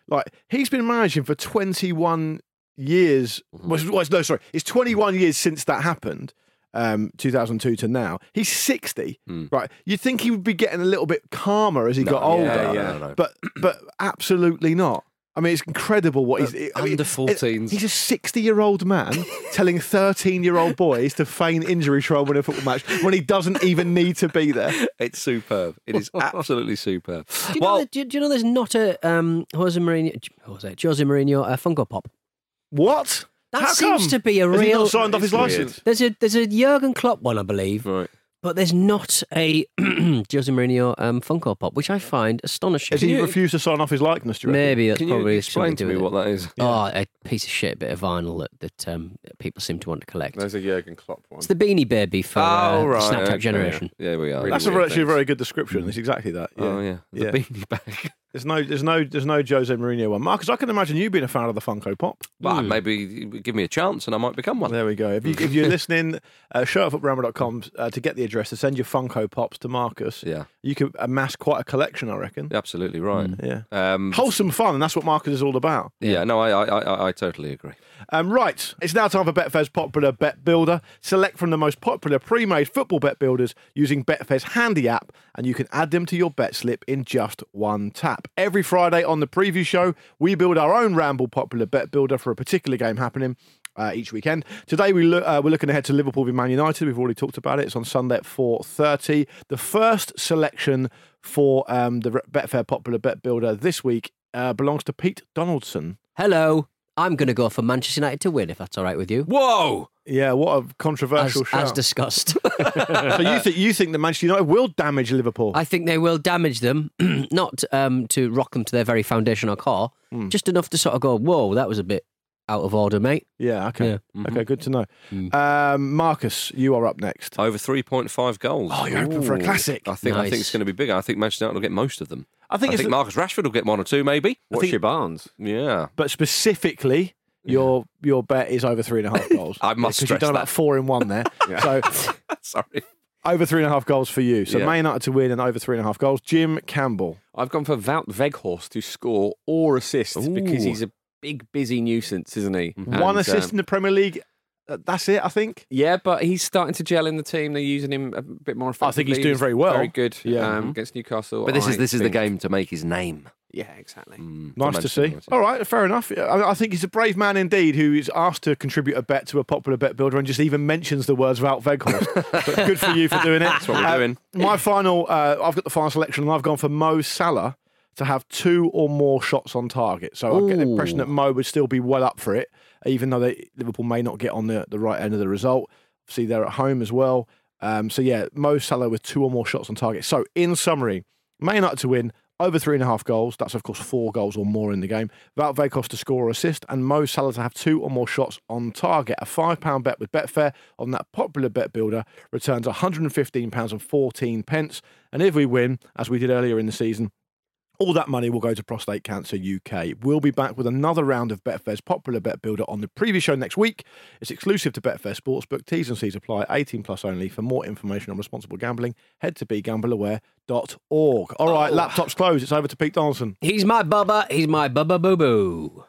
[SPEAKER 2] Like he's been managing for 21 years. well, it's- well, it's- no, sorry, it's 21 years since that happened. Um, 2002 to now, he's 60. Right, you'd think he would be getting a little bit calmer as he got older,
[SPEAKER 5] yeah, yeah. No,
[SPEAKER 2] but but absolutely not. I mean, it's incredible what he's I mean,
[SPEAKER 4] under
[SPEAKER 2] it-
[SPEAKER 4] 14s.
[SPEAKER 2] He's a 60 year old man telling 13 year old boys to feign injury to win a football match when he doesn't even need to be there.
[SPEAKER 4] It's superb. It is absolutely superb.
[SPEAKER 3] Do you, know,
[SPEAKER 4] Well,
[SPEAKER 3] that- do, do you know there's not a um, Jose Mourinho, Jose, Jose Mourinho uh, Funko Pop?
[SPEAKER 2] What?
[SPEAKER 3] That
[SPEAKER 2] How
[SPEAKER 3] seems
[SPEAKER 2] come?
[SPEAKER 3] to be a
[SPEAKER 2] Has he
[SPEAKER 3] real-
[SPEAKER 2] not signed off his
[SPEAKER 5] It's weird.
[SPEAKER 2] license.
[SPEAKER 3] There's a there's a Jurgen Klopp one, I believe,
[SPEAKER 4] right.
[SPEAKER 3] but there's not a Jose Mourinho um, Funko Pop, which I find astonishing.
[SPEAKER 2] Has he refused to sign off his likeness? Do you reckon?
[SPEAKER 3] Maybe that's
[SPEAKER 4] Can
[SPEAKER 3] probably
[SPEAKER 4] you explain
[SPEAKER 3] something
[SPEAKER 4] to
[SPEAKER 3] do
[SPEAKER 4] me
[SPEAKER 3] with
[SPEAKER 4] what that is?
[SPEAKER 3] it. Oh, a piece of shit bit of vinyl that that um, people seem to want to collect.
[SPEAKER 5] there's a Jurgen Klopp one.
[SPEAKER 3] It's the Beanie Baby for uh,
[SPEAKER 4] Oh, right.
[SPEAKER 3] the Snapchat
[SPEAKER 4] okay.
[SPEAKER 3] generation.
[SPEAKER 4] Yeah, we are.
[SPEAKER 5] Really
[SPEAKER 2] That's a,
[SPEAKER 5] weird
[SPEAKER 2] actually a
[SPEAKER 5] things.
[SPEAKER 2] very good description. It's exactly that. Yeah.
[SPEAKER 4] Oh, yeah. The
[SPEAKER 2] Yeah.
[SPEAKER 4] beanie bag.
[SPEAKER 2] There's no, there's no, there's no Jose Mourinho one. Marcus, I can imagine you being a fan of the Funko Pop.
[SPEAKER 4] Well, maybe give me a chance and I might become one.
[SPEAKER 2] Hmm. There we go. If, you, if you're listening, uh, show up at ramble.com uh, to get the address to send your Funko Pops to Marcus.
[SPEAKER 4] Yeah.
[SPEAKER 2] You could amass quite a collection, I reckon.
[SPEAKER 4] Absolutely right.
[SPEAKER 2] Hmm, Yeah.
[SPEAKER 4] Um,
[SPEAKER 2] Wholesome fun, and that's what Marcus is all about.
[SPEAKER 4] yeah, no, I, I, I, I totally agree.
[SPEAKER 2] Um, right, it's now time for Betfair's popular bet builder. Select from the most popular pre made football bet builders using Betfair's handy app, and you can add them to your bet slip in just one tap. Every Friday on the preview show, we build our own Ramble popular bet builder for a particular game happening. Uh, each weekend. Today we look, uh, we're looking ahead to Liverpool v Man United. We've already talked about it. It's on Sunday at four thirty. The first selection for um, the Betfair Popular Bet Builder this week uh, belongs to Pete Donaldson.
[SPEAKER 3] Hello. I'm going to go for Manchester United to win, if that's all right with you.
[SPEAKER 4] Whoa!
[SPEAKER 2] Yeah, what a
[SPEAKER 3] As,
[SPEAKER 2] controversial shout.
[SPEAKER 3] as discussed.
[SPEAKER 2] so you think you think that Manchester United will damage Liverpool?
[SPEAKER 3] I think they will damage them, not um, to rock them to their very foundation or core,
[SPEAKER 4] Hmm.
[SPEAKER 3] just enough to sort of go, whoa, that was a bit out of order, mate.
[SPEAKER 2] yeah, okay,
[SPEAKER 3] Yeah.
[SPEAKER 4] Mm-hmm.
[SPEAKER 2] okay, good to know.
[SPEAKER 5] Hmm.
[SPEAKER 2] Um, Marcus, you are up next.
[SPEAKER 4] Over 3.5 goals.
[SPEAKER 2] Oh, you're hoping for a classic.
[SPEAKER 4] I think I think
[SPEAKER 3] Nice.
[SPEAKER 4] it's going to be big. I think Manchester United will get most of them.
[SPEAKER 2] I
[SPEAKER 4] I
[SPEAKER 2] think
[SPEAKER 4] think,
[SPEAKER 2] it's,
[SPEAKER 4] Marcus Rashford will get one or two, maybe.
[SPEAKER 5] What's your Barnes?
[SPEAKER 4] Yeah.
[SPEAKER 2] but specifically. Your your bet is over three and a half goals.
[SPEAKER 4] I must
[SPEAKER 2] because you've
[SPEAKER 4] stress
[SPEAKER 2] done
[SPEAKER 4] that.
[SPEAKER 2] about four in one there. So
[SPEAKER 4] Sorry.
[SPEAKER 2] over three and a half goals for you. So
[SPEAKER 4] Yeah.
[SPEAKER 2] Man United to win and over three and a half goals. Jim Campbell.
[SPEAKER 5] I've gone for Vout Veghorst to score or assist because
[SPEAKER 4] Ooh.
[SPEAKER 5] he's a big, busy nuisance, isn't he?
[SPEAKER 2] Mm-hmm. One
[SPEAKER 5] And,
[SPEAKER 2] assist in
[SPEAKER 5] um,
[SPEAKER 2] the Premier League. Uh, That's it, I think.
[SPEAKER 5] yeah, but he's starting to gel in the team. They're using him a bit more effectively.
[SPEAKER 2] I think he's doing very well.
[SPEAKER 5] Very good
[SPEAKER 2] Yeah. Mm-hmm.
[SPEAKER 5] um, against Newcastle.
[SPEAKER 4] But this is
[SPEAKER 5] I
[SPEAKER 4] this is the
[SPEAKER 5] think-
[SPEAKER 4] game to make his name.
[SPEAKER 5] Yeah, exactly.
[SPEAKER 4] Mm, for
[SPEAKER 2] Nice to
[SPEAKER 4] Manchester
[SPEAKER 2] see.
[SPEAKER 4] United.
[SPEAKER 2] All right, fair enough. Yeah, I, I think he's a brave man indeed who is asked to contribute a bet to a popular bet builder and just even mentions the words Wout Weghorst. but good for you for doing it. That's
[SPEAKER 4] what we're doing.
[SPEAKER 2] My final, uh, I've got the final selection and I've gone for Mo Salah to have two or more shots on target. So I get the impression that Mo would still be well up for it, even though they, Liverpool may not get on the, the right end of the result. Obviously, they're at home as well. Um, so yeah, Mo Salah with two or more shots on target. So in summary, Man United to win over three and a half goals. That's of course four goals or more in the game. Val Vakos to score or assist, and Mo Salah to have two or more shots on target. A five pound bet with Betfair on that popular bet builder returns 115 pounds and 14 pence. And if we win, as we did earlier in the season, all that money will go to Prostate Cancer UK. We'll be back with another round of Betfair's popular bet builder on the preview show next week. It's exclusive to Betfair Sportsbook. T's and C's apply. 18 plus only. For more information on responsible gambling, head to begambleaware.org. All right, laptops closed. It's over to Pete Donaldson.
[SPEAKER 3] He's my bubba, he's my bubba boo boo.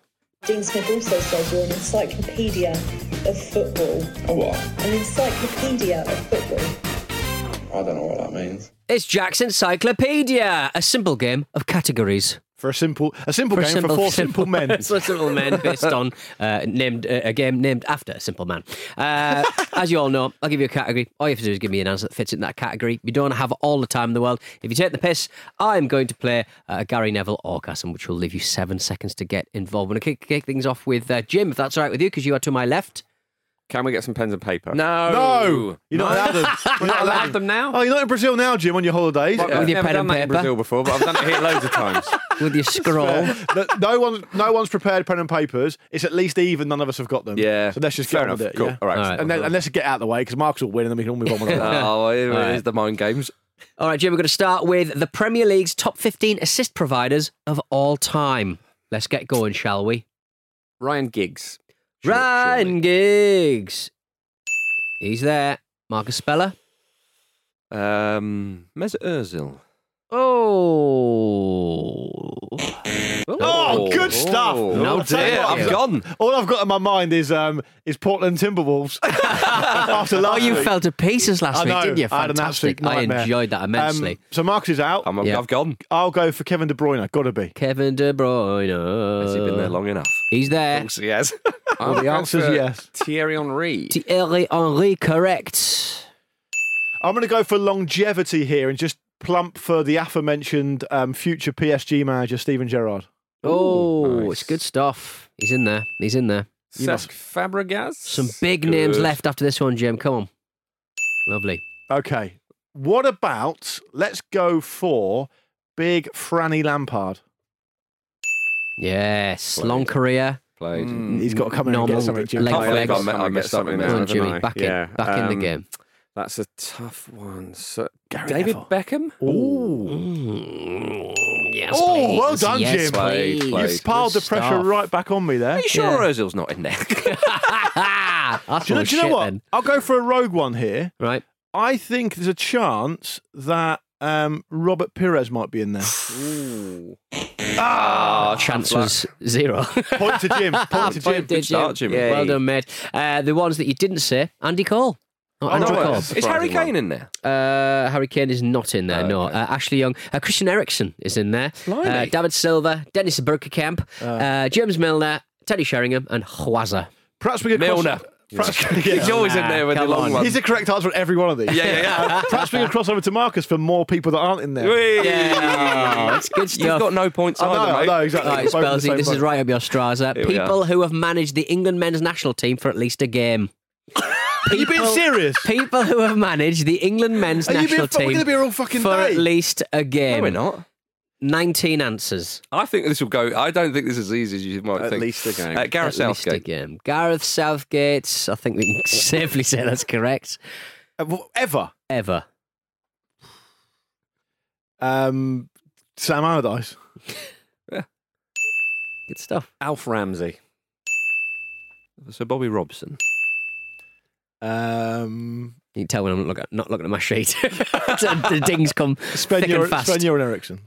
[SPEAKER 1] Dean Smith also says you're an encyclopedia of football.
[SPEAKER 9] A
[SPEAKER 3] Oh,
[SPEAKER 9] what?
[SPEAKER 1] An encyclopedia of football.
[SPEAKER 9] I don't know what that means.
[SPEAKER 3] It's Jack's Encyclopedia, a simple game of categories.
[SPEAKER 2] For a simple, a simple game
[SPEAKER 3] simple-
[SPEAKER 2] for four simple, men.
[SPEAKER 3] for simple men, based on uh, named uh, a game named after a simple man. Uh, as you all know, I'll give you a category. All you have to do is give me an answer that fits in that category. You don't have all the time in the world. If you take the piss, I'm going to play uh, a Gary Neville orgasm, which will leave you seven seconds to get involved. I'm going to kick, kick things off with uh, Jim, if that's all right with you, because you are to my left.
[SPEAKER 5] Can we get some pens and paper?
[SPEAKER 4] No.
[SPEAKER 2] No, you're not allowed them. You're not
[SPEAKER 5] allowed them now?
[SPEAKER 2] Oh, you're not in Brazil now, Jim, on your holidays.
[SPEAKER 5] I've
[SPEAKER 3] With your
[SPEAKER 5] never
[SPEAKER 3] pen
[SPEAKER 5] done
[SPEAKER 3] and
[SPEAKER 5] that in
[SPEAKER 3] paper.
[SPEAKER 5] Brazil before, but I've done it here loads of times.
[SPEAKER 3] With your scroll.
[SPEAKER 2] No- no one's no one's prepared pen and papers. It's at least even. None of us have got them.
[SPEAKER 4] Yeah.
[SPEAKER 2] So let's just
[SPEAKER 4] Fair
[SPEAKER 2] get on
[SPEAKER 4] enough.
[SPEAKER 2] with it.
[SPEAKER 4] Cool.
[SPEAKER 2] yeah?
[SPEAKER 4] All right.
[SPEAKER 3] All right.
[SPEAKER 2] And, then, and let's get out of the way because Mark's will win and then we can all move on. with our-
[SPEAKER 4] Oh, here
[SPEAKER 3] All
[SPEAKER 4] it
[SPEAKER 3] right.
[SPEAKER 4] is, the mind games.
[SPEAKER 3] All right, Jim, we're going to start with the Premier League's top 15 assist providers of all time. Let's get going, shall we?
[SPEAKER 5] Ryan Giggs. Sure-
[SPEAKER 3] Ryan Giggs. He's there. Marcus Speller.
[SPEAKER 4] Um, Mesut Ozil.
[SPEAKER 3] Oh.
[SPEAKER 2] Oh, good stuff.
[SPEAKER 4] No
[SPEAKER 2] I'll tell you
[SPEAKER 4] dear,
[SPEAKER 2] what,
[SPEAKER 4] I've
[SPEAKER 2] I've got-
[SPEAKER 4] gone.
[SPEAKER 2] All I've got in my mind is um, is Portland Timberwolves. After
[SPEAKER 3] Oh,
[SPEAKER 2] last
[SPEAKER 3] you
[SPEAKER 2] week.
[SPEAKER 3] fell to pieces last
[SPEAKER 2] I
[SPEAKER 3] week,
[SPEAKER 2] know,
[SPEAKER 3] didn't you?
[SPEAKER 2] I had an absolute
[SPEAKER 3] Fantastic. I,
[SPEAKER 2] nightmare.
[SPEAKER 3] enjoyed that immensely.
[SPEAKER 2] Um, so Marcus is out.
[SPEAKER 4] I'm,
[SPEAKER 3] Yeah.
[SPEAKER 4] I've gone.
[SPEAKER 2] I'll go for Kevin De Bruyne. Got to be.
[SPEAKER 3] Kevin De Bruyne.
[SPEAKER 4] Has he been there long enough?
[SPEAKER 3] He's there.
[SPEAKER 4] Yes, he has.
[SPEAKER 5] I'll
[SPEAKER 2] the
[SPEAKER 5] go
[SPEAKER 2] answer's
[SPEAKER 5] for
[SPEAKER 2] yes.
[SPEAKER 5] Thierry Henry.
[SPEAKER 3] Thierry Henry, correct.
[SPEAKER 2] I'm going to go for longevity here and just plump for the aforementioned um, future PSG manager Steven Gerrard.
[SPEAKER 3] Oh,
[SPEAKER 5] nice.
[SPEAKER 3] it's good stuff. He's in there. He's in there.
[SPEAKER 2] You
[SPEAKER 5] Cesc Fabregas.
[SPEAKER 3] Some big names
[SPEAKER 5] Good.
[SPEAKER 3] left after this one, Jim. Come on. Lovely.
[SPEAKER 2] Okay. What about let's go for big Franny Lampard?
[SPEAKER 3] Yes.
[SPEAKER 4] Played.
[SPEAKER 3] Long career.
[SPEAKER 4] Played.
[SPEAKER 5] Mm.
[SPEAKER 2] He's got to come in and
[SPEAKER 3] Normal
[SPEAKER 2] get something. Jim.
[SPEAKER 3] leg
[SPEAKER 4] Can't believe
[SPEAKER 3] legs.
[SPEAKER 4] I met- I missed something
[SPEAKER 3] Come
[SPEAKER 4] there.
[SPEAKER 3] on,
[SPEAKER 5] haven't
[SPEAKER 3] Jimmy.
[SPEAKER 5] I?
[SPEAKER 3] Back
[SPEAKER 5] Yeah,
[SPEAKER 3] in. Back in the
[SPEAKER 5] um,
[SPEAKER 3] game.
[SPEAKER 5] That's a tough one. So
[SPEAKER 2] Gary
[SPEAKER 5] David
[SPEAKER 2] Neville.
[SPEAKER 5] Beckham.
[SPEAKER 2] Ooh.
[SPEAKER 3] Mm, yes,
[SPEAKER 7] Yes,
[SPEAKER 2] oh,
[SPEAKER 7] please.
[SPEAKER 2] well done,
[SPEAKER 7] Yes,
[SPEAKER 2] Jim.
[SPEAKER 7] please.
[SPEAKER 4] Please.
[SPEAKER 2] You've piled the
[SPEAKER 7] Good
[SPEAKER 2] pressure
[SPEAKER 7] stuff.
[SPEAKER 2] right back on me there.
[SPEAKER 4] Are you sure Ozil's not in there?
[SPEAKER 3] Ah, That's
[SPEAKER 2] Do you know,
[SPEAKER 3] all
[SPEAKER 2] do you know
[SPEAKER 3] shit
[SPEAKER 2] what?
[SPEAKER 3] then.
[SPEAKER 2] I'll go for a rogue one here.
[SPEAKER 3] Right.
[SPEAKER 2] I think there's a chance that um, Robert Pires might be in there.
[SPEAKER 4] Ah,
[SPEAKER 3] Our chance was zero.
[SPEAKER 2] Point to Jim. Point to Jim.
[SPEAKER 3] Point to
[SPEAKER 4] Good start, Jimmy.
[SPEAKER 3] Well
[SPEAKER 4] Yay.
[SPEAKER 3] done, mate. Uh, the ones that you didn't say, Andy Cole.
[SPEAKER 2] Oh,
[SPEAKER 3] Not Andrew
[SPEAKER 2] right.
[SPEAKER 3] Cole.
[SPEAKER 4] Is Harry Kane in there?
[SPEAKER 3] Uh, Harry Kane is not in there. no, uh, Ashley Young, uh, Christian Eriksen is in there.
[SPEAKER 4] Blimey.
[SPEAKER 3] Uh, David Silva, Dennis Bergkamp, uh, James Milner, Teddy Sheringham, and Huaza.
[SPEAKER 2] Perhaps we could
[SPEAKER 4] Milner.
[SPEAKER 2] Cross- perhaps,
[SPEAKER 4] He's always in there with the
[SPEAKER 3] come
[SPEAKER 4] long
[SPEAKER 3] on.
[SPEAKER 4] one.
[SPEAKER 2] He's the correct answer on every one of these.
[SPEAKER 4] Yeah, yeah, yeah.
[SPEAKER 2] Uh, perhaps we could cross over to Marcus for more people that aren't in there.
[SPEAKER 3] Yeah, Oh, that's good
[SPEAKER 4] You've
[SPEAKER 3] stuff.
[SPEAKER 4] got no points
[SPEAKER 2] I know,
[SPEAKER 4] either,
[SPEAKER 2] I
[SPEAKER 4] mate.
[SPEAKER 2] know, exactly.
[SPEAKER 3] Right,
[SPEAKER 2] Both in the
[SPEAKER 3] Spelsy,
[SPEAKER 2] same
[SPEAKER 3] this is
[SPEAKER 2] boat.
[SPEAKER 3] right up your straza.
[SPEAKER 4] Here we are.
[SPEAKER 3] People who have managed the England men's national team for at least a game.
[SPEAKER 2] Are you being
[SPEAKER 3] People-
[SPEAKER 2] serious?
[SPEAKER 3] People who have managed the England men's
[SPEAKER 2] Are you being
[SPEAKER 3] national
[SPEAKER 2] fu- we're
[SPEAKER 3] team
[SPEAKER 2] gonna be here all fucking
[SPEAKER 3] for
[SPEAKER 2] day.
[SPEAKER 3] at least a game.
[SPEAKER 4] No, we're not.
[SPEAKER 3] 19 answers.
[SPEAKER 4] I think this will go. I don't think this is as easy as you might
[SPEAKER 5] At
[SPEAKER 4] think.
[SPEAKER 5] least a game.
[SPEAKER 4] Uh, Gareth
[SPEAKER 3] at least a
[SPEAKER 4] Southgate.
[SPEAKER 3] game. Gareth Southgate, I think we can safely say that's correct.
[SPEAKER 2] Uh, Ever.
[SPEAKER 3] Ever.
[SPEAKER 2] Um, Sam Allardyce.
[SPEAKER 3] Good stuff.
[SPEAKER 5] Alf Ramsey.
[SPEAKER 4] So Bobby Robson.
[SPEAKER 2] Um,
[SPEAKER 3] You can tell when I'm look at, not looking at my sheet. the dings come thick
[SPEAKER 2] Sven-Göran
[SPEAKER 3] and fast.
[SPEAKER 2] Sven-Göran Eriksson.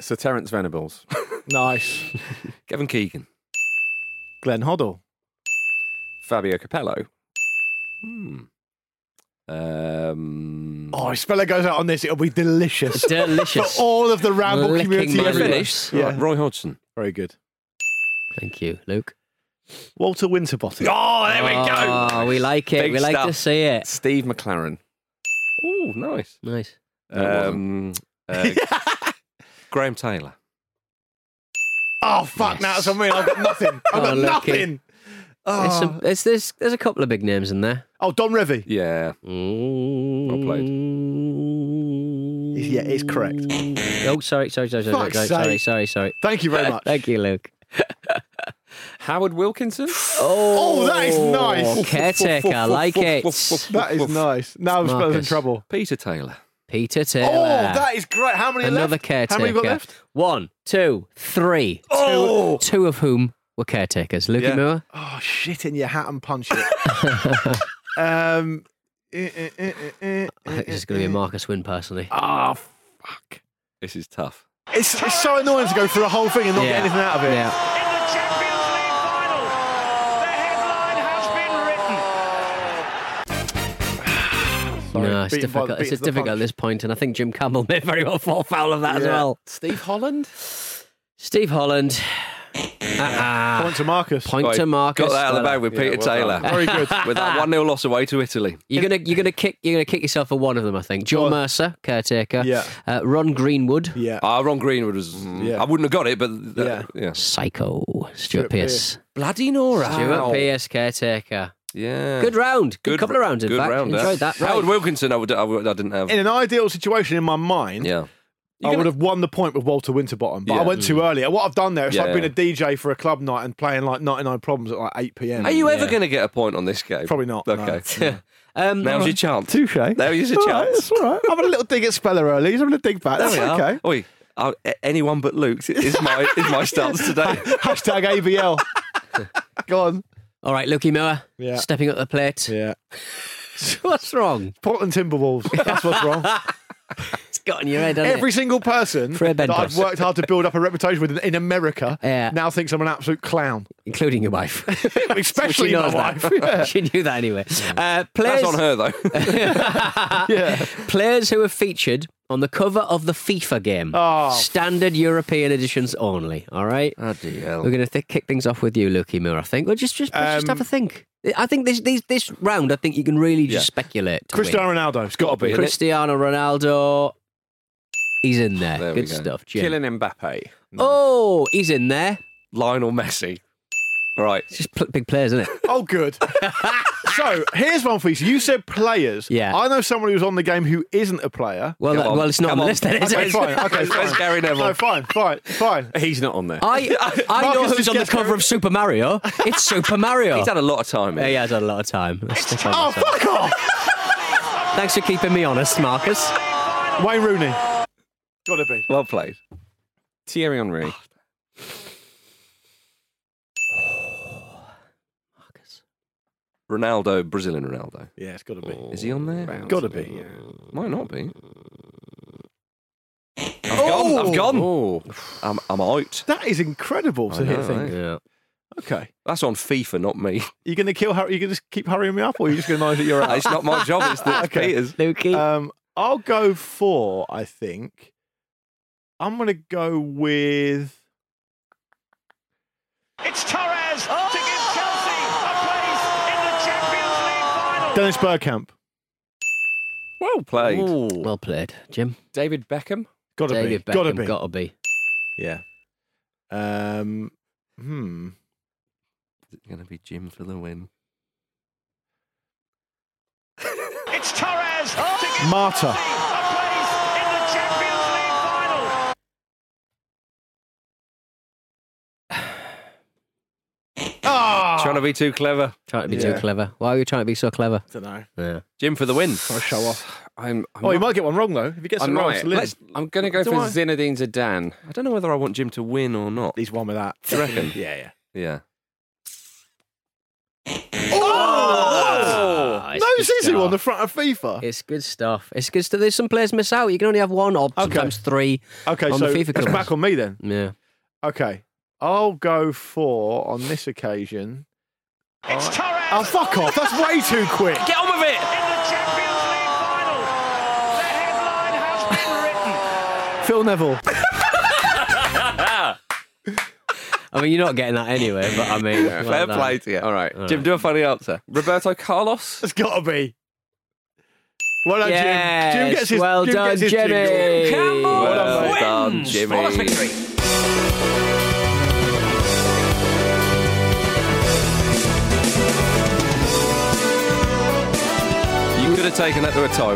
[SPEAKER 5] Sir Terence Venables.
[SPEAKER 2] Nice.
[SPEAKER 4] Kevin Keegan.
[SPEAKER 2] Glenn Hoddle.
[SPEAKER 5] Fabio Capello.
[SPEAKER 2] Hmm.
[SPEAKER 4] Um,
[SPEAKER 2] Oh, if Speller goes out on this, it'll be delicious.
[SPEAKER 3] Delicious.
[SPEAKER 2] For all of the Ramble
[SPEAKER 3] Licking
[SPEAKER 2] community.
[SPEAKER 3] my
[SPEAKER 2] everywhere.
[SPEAKER 3] lips.
[SPEAKER 2] Yeah.
[SPEAKER 4] Right, Roy Hodgson.
[SPEAKER 2] Very good.
[SPEAKER 3] Thank you, Luke.
[SPEAKER 2] Walter Winterbottom.
[SPEAKER 4] Oh, there
[SPEAKER 3] Oh, we like it.
[SPEAKER 4] Big
[SPEAKER 3] we like
[SPEAKER 4] stuff.
[SPEAKER 3] to see it.
[SPEAKER 5] Steve McLaren.
[SPEAKER 4] Oh, nice.
[SPEAKER 3] Nice.
[SPEAKER 4] Um, uh, Graham Taylor.
[SPEAKER 2] Oh, fuck, now it's on me. I've got nothing. I've got
[SPEAKER 3] Oh, lucky.
[SPEAKER 2] nothing.
[SPEAKER 3] There's,
[SPEAKER 2] Oh.
[SPEAKER 4] Ah.
[SPEAKER 3] some, there's, there's, there's a couple of big names in there.
[SPEAKER 2] oh, Don Revy.
[SPEAKER 4] Yeah.
[SPEAKER 3] Well
[SPEAKER 4] played.
[SPEAKER 2] Yeah, it's correct.
[SPEAKER 3] Oh, sorry, sorry, sorry, sorry,
[SPEAKER 2] Fuck's
[SPEAKER 3] sorry, sorry,
[SPEAKER 2] sake.
[SPEAKER 3] sorry, sorry.
[SPEAKER 2] Thank you very much.
[SPEAKER 3] Thank you, Luke.
[SPEAKER 5] Howard Wilkinson.
[SPEAKER 2] Oh, that is nice.
[SPEAKER 3] Caretaker, I like it.
[SPEAKER 2] That is nice. Now Speller's in
[SPEAKER 3] Marcus.
[SPEAKER 2] trouble.
[SPEAKER 4] Peter Taylor.
[SPEAKER 3] Peter Taylor.
[SPEAKER 2] Oh, that is great. How many are
[SPEAKER 3] Another
[SPEAKER 2] left?
[SPEAKER 3] caretaker.
[SPEAKER 2] How many have we got left?
[SPEAKER 3] One, two, three. Two-
[SPEAKER 2] Oh!
[SPEAKER 3] two of whom were caretakers. Luke
[SPEAKER 4] Yeah.
[SPEAKER 3] Moore.
[SPEAKER 2] Oh, shit in your hat and punch it. um, eh, eh, eh, eh, eh,
[SPEAKER 3] I think this is going to be a Marcus win, personally.
[SPEAKER 2] Ah, fuck.
[SPEAKER 4] This is tough.
[SPEAKER 2] It's, it's so annoying to go through the whole thing and not get anything out of it.
[SPEAKER 3] Yeah.
[SPEAKER 2] Sorry,
[SPEAKER 3] no, it's
[SPEAKER 2] beaten by-
[SPEAKER 3] difficult. it's
[SPEAKER 2] beaten to the
[SPEAKER 3] difficult at
[SPEAKER 2] punch.
[SPEAKER 3] this point, and I think Jim Campbell may very well fall foul of that as
[SPEAKER 2] Yeah.
[SPEAKER 3] well.
[SPEAKER 5] Steve Holland.
[SPEAKER 3] Steve Holland. Ah,
[SPEAKER 2] Point to Marcus.
[SPEAKER 3] point
[SPEAKER 4] Right,
[SPEAKER 3] to Marcus.
[SPEAKER 4] Got that out of the
[SPEAKER 3] Speller.
[SPEAKER 4] bag with
[SPEAKER 5] Yeah,
[SPEAKER 4] Peter
[SPEAKER 5] well
[SPEAKER 4] Taylor.
[SPEAKER 5] done.
[SPEAKER 4] Very good. with that 1 0 loss away to Italy.
[SPEAKER 3] You're gonna you're gonna kick you're gonna kick yourself for one of them, I think.
[SPEAKER 2] Go
[SPEAKER 3] Joe
[SPEAKER 2] on.
[SPEAKER 3] Mercer, caretaker.
[SPEAKER 2] Yeah.
[SPEAKER 3] Uh, Ron Greenwood.
[SPEAKER 2] Yeah.
[SPEAKER 4] Ah, Ron Greenwood was.
[SPEAKER 2] Yeah.
[SPEAKER 4] I wouldn't have got it, but that- Mm-hmm. yeah.
[SPEAKER 3] Psycho. Stuart Pearce.
[SPEAKER 4] Bloody Nora.
[SPEAKER 3] Stuart Pearce, caretaker.
[SPEAKER 4] Yeah.
[SPEAKER 3] Good round. Good, couple of rounds. In
[SPEAKER 4] good
[SPEAKER 3] fact,
[SPEAKER 4] round, eh?
[SPEAKER 3] enjoyed that. Right.
[SPEAKER 4] Howard Wilkinson, I, would, I, would, I didn't have.
[SPEAKER 2] In an ideal situation in my mind,
[SPEAKER 4] yeah.
[SPEAKER 2] I would have won the point with Walter Winterbottom, but
[SPEAKER 4] Yeah. Mm.
[SPEAKER 2] I went too early. And What I've done there, it's
[SPEAKER 4] Yeah,
[SPEAKER 2] like being
[SPEAKER 4] yeah.
[SPEAKER 2] a DJ for a club night and playing like 99 problems at like 8 p.m.
[SPEAKER 4] Are you ever going to get a point on this game?
[SPEAKER 2] Probably not, no.
[SPEAKER 4] Okay.
[SPEAKER 3] Um,
[SPEAKER 4] Now's your chance.
[SPEAKER 2] Touche.
[SPEAKER 4] Now here's your
[SPEAKER 2] All right,
[SPEAKER 4] chance.
[SPEAKER 2] it's all right. I've had a little dig at Speller early. He's having a dig back.
[SPEAKER 4] There
[SPEAKER 2] That's
[SPEAKER 4] we are.
[SPEAKER 2] okay.
[SPEAKER 4] Oi, I- a- anyone but Luke is my is my stance today.
[SPEAKER 2] Hashtag ABL. Go on.
[SPEAKER 3] All right, Lucky Miller.
[SPEAKER 2] Yeah.
[SPEAKER 3] Stepping up the plate.
[SPEAKER 2] Yeah.
[SPEAKER 3] What's wrong?
[SPEAKER 2] Portland Timberwolves. That's what's wrong.
[SPEAKER 3] It's got in your head, hasn't
[SPEAKER 2] Every
[SPEAKER 3] it?
[SPEAKER 2] single person
[SPEAKER 3] Fred
[SPEAKER 2] that I've
[SPEAKER 3] Bentos.
[SPEAKER 2] worked hard to build up a reputation with in- in America
[SPEAKER 3] Yeah.
[SPEAKER 2] now thinks I'm an absolute clown.
[SPEAKER 3] Including your wife.
[SPEAKER 2] Especially
[SPEAKER 3] She
[SPEAKER 2] my
[SPEAKER 3] knows
[SPEAKER 2] wife.
[SPEAKER 3] that.
[SPEAKER 2] Yeah.
[SPEAKER 3] She knew that anyway. Uh, players,
[SPEAKER 4] That's on her though.
[SPEAKER 3] players who have featured on the cover of the FIFA game.
[SPEAKER 2] Oh.
[SPEAKER 3] Standard European editions only. All right.
[SPEAKER 4] oh dear.
[SPEAKER 3] We're going to th- kick things off with you, Lukey Moore. I think. Well, just just, let's just
[SPEAKER 2] Um,
[SPEAKER 3] have a think. I think this this this round. I think you can really just
[SPEAKER 4] Yeah.
[SPEAKER 3] speculate. to win.
[SPEAKER 2] Cristiano Ronaldo. It's got to be.
[SPEAKER 3] Cristiano Ronaldo. He's in there.
[SPEAKER 4] There we
[SPEAKER 3] Good
[SPEAKER 4] go.
[SPEAKER 3] stuff. Jim.
[SPEAKER 5] Killing Mbappe.
[SPEAKER 3] Oh, he's in there.
[SPEAKER 4] Lionel Messi. All right.
[SPEAKER 3] It's just pl- big players, isn't it?
[SPEAKER 2] Oh, good. so here's one for you. So you said players.
[SPEAKER 3] Yeah.
[SPEAKER 2] I know someone who's on the game who isn't a player.
[SPEAKER 3] Well,
[SPEAKER 4] Come
[SPEAKER 3] that-
[SPEAKER 4] on,
[SPEAKER 3] well, it's not on
[SPEAKER 4] come
[SPEAKER 3] the
[SPEAKER 4] on.
[SPEAKER 3] list then, is
[SPEAKER 2] Okay,
[SPEAKER 3] it?
[SPEAKER 2] fine. Okay,
[SPEAKER 4] Where's-
[SPEAKER 2] fine.
[SPEAKER 4] where's Gary Neville?
[SPEAKER 2] No, fine, fine, fine.
[SPEAKER 5] He's not on there.
[SPEAKER 3] I I, I know
[SPEAKER 2] Marcus
[SPEAKER 3] who's
[SPEAKER 2] just
[SPEAKER 3] on the
[SPEAKER 2] guessed
[SPEAKER 3] cover of Super Mario. It's Super Mario.
[SPEAKER 4] He's had a lot of time.
[SPEAKER 3] Yeah,
[SPEAKER 4] here.
[SPEAKER 3] he has had a lot of time. Let's stick on
[SPEAKER 2] Oh,
[SPEAKER 3] this one.
[SPEAKER 2] fuck off!
[SPEAKER 3] Thanks for keeping me honest, Marcus.
[SPEAKER 2] Wayne Rooney. Gotta be.
[SPEAKER 4] Well played. Ah.
[SPEAKER 5] Thierry Henry.
[SPEAKER 4] Ronaldo, Brazilian Ronaldo.
[SPEAKER 2] Yeah, it's gotta be.
[SPEAKER 4] Is he on there?
[SPEAKER 2] Gotta be. Yeah.
[SPEAKER 4] Might not be. I've gone. I've gone.
[SPEAKER 5] Oh,
[SPEAKER 4] I'm, I'm out.
[SPEAKER 2] That is incredible to hit. Think.
[SPEAKER 3] Yeah.
[SPEAKER 2] Okay.
[SPEAKER 4] That's on FIFA, not me.
[SPEAKER 2] You gonna kill? Harry? You gonna just keep hurrying me up, or you just gonna know that you're out?
[SPEAKER 4] it's not my job. It's the
[SPEAKER 2] Okay.
[SPEAKER 4] Peter's.
[SPEAKER 3] Lukey.
[SPEAKER 2] Um, I'll go for. I think I'm gonna go with.
[SPEAKER 8] It's Torres to give Chelsea a place in the Champions League final.
[SPEAKER 2] Dennis Bergkamp.
[SPEAKER 4] Well played.
[SPEAKER 3] Well played, Jim.
[SPEAKER 5] David Beckham.
[SPEAKER 2] Gotta
[SPEAKER 3] David
[SPEAKER 2] be.
[SPEAKER 3] Beckham.
[SPEAKER 2] Gotta be.
[SPEAKER 3] Gotta be.
[SPEAKER 2] Yeah. Um. Hmm.
[SPEAKER 4] It's going to be Jim for the win.
[SPEAKER 8] It's Torres to give
[SPEAKER 2] Marta.
[SPEAKER 8] Chelsea a place in the Champions League final.
[SPEAKER 4] Trying to be too clever.
[SPEAKER 3] Trying to be
[SPEAKER 2] Ah! Yeah.
[SPEAKER 3] too clever. Why are you trying to be so clever?
[SPEAKER 2] don't know.
[SPEAKER 3] Yeah.
[SPEAKER 4] Jim for the win.
[SPEAKER 2] Trying to show off.
[SPEAKER 5] I'm. I'm
[SPEAKER 2] Oh, you
[SPEAKER 5] not-
[SPEAKER 2] might get one wrong though. If he gets
[SPEAKER 5] I
[SPEAKER 2] it wrong,
[SPEAKER 5] might.
[SPEAKER 2] it's Lynn.
[SPEAKER 5] Let's- I'm going to go
[SPEAKER 2] Do
[SPEAKER 5] for
[SPEAKER 2] I?
[SPEAKER 5] Zinedine Zidane.
[SPEAKER 4] I don't know whether I want Jim to win or not.
[SPEAKER 2] He's one with that.
[SPEAKER 4] Do you reckon?
[SPEAKER 2] yeah, yeah.
[SPEAKER 4] Yeah.
[SPEAKER 3] Oh,
[SPEAKER 2] No Zizou on the front of FIFA.
[SPEAKER 3] It's good stuff. It's good stuff. There's some players miss out. You can only have one or sometimes three.
[SPEAKER 2] Okay,
[SPEAKER 3] on
[SPEAKER 2] so
[SPEAKER 3] the FIFA
[SPEAKER 2] it's
[SPEAKER 3] covers.
[SPEAKER 2] back on me then.
[SPEAKER 3] Yeah.
[SPEAKER 2] Okay, I'll go for on this occasion.
[SPEAKER 8] It's Torres
[SPEAKER 2] Oh, fuck off! That's way too quick.
[SPEAKER 4] Get on with it.
[SPEAKER 8] in the Champions League final. The headline has been written.
[SPEAKER 2] Phil Neville.
[SPEAKER 3] I mean, you're not getting that anyway, but I mean, well
[SPEAKER 4] Fair
[SPEAKER 3] done.
[SPEAKER 4] play to you.
[SPEAKER 5] All right.
[SPEAKER 4] Jim, do a funny answer.
[SPEAKER 5] Roberto Carlos.
[SPEAKER 2] It's gotta be. Well done,
[SPEAKER 3] Yes.
[SPEAKER 2] Jim. Jim gets his.
[SPEAKER 3] well
[SPEAKER 2] Jim
[SPEAKER 3] done,
[SPEAKER 2] gets his
[SPEAKER 3] Jimmy.
[SPEAKER 2] jingle.
[SPEAKER 4] Well
[SPEAKER 2] wins.
[SPEAKER 4] done, Jimmy.
[SPEAKER 7] Flawless victory.
[SPEAKER 4] You could have taken that to a tie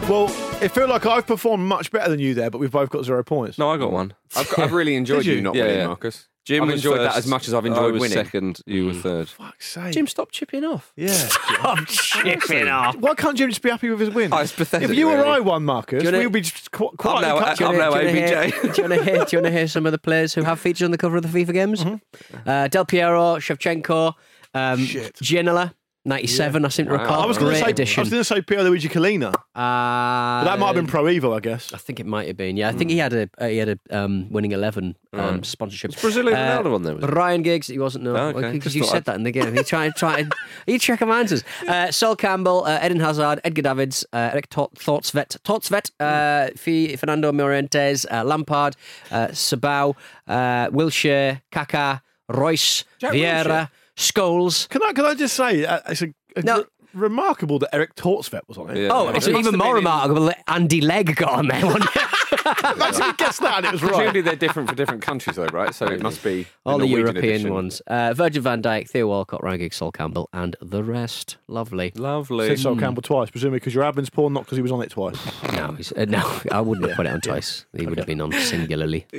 [SPEAKER 4] break.
[SPEAKER 2] Well, it felt like I've performed much better than you there, but we've both got zero points.
[SPEAKER 4] No, I got one.
[SPEAKER 5] I've, got, I've really enjoyed
[SPEAKER 2] Did you?
[SPEAKER 5] you not
[SPEAKER 4] Yeah,
[SPEAKER 5] winning,
[SPEAKER 4] yeah.
[SPEAKER 5] Marcus.
[SPEAKER 4] Jim
[SPEAKER 5] I've
[SPEAKER 4] was
[SPEAKER 5] enjoyed that
[SPEAKER 4] first.
[SPEAKER 5] as much as I've
[SPEAKER 4] I
[SPEAKER 5] enjoyed
[SPEAKER 4] was
[SPEAKER 5] winning.
[SPEAKER 4] second. You were third.
[SPEAKER 2] Fuck's sake.
[SPEAKER 4] Jim, stop chipping off.
[SPEAKER 2] Yeah.
[SPEAKER 3] I'm chipping off.
[SPEAKER 2] Why can't Jim just be happy with his win?
[SPEAKER 4] Oh, it's pathetic,
[SPEAKER 2] If you or
[SPEAKER 4] really.
[SPEAKER 2] I won, Marcus,
[SPEAKER 3] Do you know-
[SPEAKER 2] we'll be just qu-
[SPEAKER 4] I'm
[SPEAKER 2] quietly
[SPEAKER 4] now,
[SPEAKER 2] cut-
[SPEAKER 4] I'm now
[SPEAKER 3] Do you wanna
[SPEAKER 4] ABJ.
[SPEAKER 3] hear- do you want to hear? Do you want to hear some of the players who have featured on the cover of the FIFA games? Uh, Del Piero, Shevchenko, um,
[SPEAKER 2] Mm-hmm. Shit.
[SPEAKER 3] Ginola, ninety-seven. I seem to
[SPEAKER 5] Wow.
[SPEAKER 3] recall.
[SPEAKER 2] I was going
[SPEAKER 3] Great
[SPEAKER 2] to say. I
[SPEAKER 3] addition.
[SPEAKER 2] was going to say Pierluigi Colina.
[SPEAKER 3] Uh,
[SPEAKER 2] But that might have been Pro Evo, I guess.
[SPEAKER 3] I think it might have been. Yeah, I think he had a uh, he had a um, winning eleven um, sponsorship. Uh,
[SPEAKER 4] Brazilian Ronaldo on there, was it?
[SPEAKER 3] Ryan Giggs, he wasn't. No,
[SPEAKER 4] Oh,
[SPEAKER 3] because
[SPEAKER 4] okay. Just
[SPEAKER 3] you
[SPEAKER 4] thought
[SPEAKER 3] said
[SPEAKER 4] I'd-
[SPEAKER 3] that in the game. He tried tried. You check my answers. Uh, Sol Campbell, uh, Eden Hazard, Edgar Davids, uh, Eric Tot- Thotsvet, Thotsvet, uh,
[SPEAKER 4] Hmm.
[SPEAKER 3] Fi- Fernando Morientes, uh, Lampard, uh, Sabau, uh, Wilshire, Kaká, Royce, Vieira, Scholes.
[SPEAKER 2] Can I? Can I just say uh, it's a, a
[SPEAKER 3] No.
[SPEAKER 2] gr- remarkable that Eric Tortsvet was on it.
[SPEAKER 4] Yeah.
[SPEAKER 3] Oh, it's
[SPEAKER 5] It must
[SPEAKER 3] even more
[SPEAKER 5] have been in-
[SPEAKER 3] remarkable that Andy Legg got on there. wasn't it?
[SPEAKER 2] Imagine he guessed that and it was right.
[SPEAKER 5] Presumably they're different for different countries, though, right? So it must be
[SPEAKER 3] All the
[SPEAKER 5] Norwegian
[SPEAKER 3] European
[SPEAKER 5] edition.
[SPEAKER 3] ones. Uh, Virgil van Dijk, Theo Walcott, Ryan Giggs, Sol Campbell, and the rest. Lovely.
[SPEAKER 4] Lovely.
[SPEAKER 2] Said Sol Campbell twice, presumably because your admin's poor, not because he was on it twice.
[SPEAKER 3] No, he's, uh, no, I wouldn't have put it on twice. He would have been on singularly.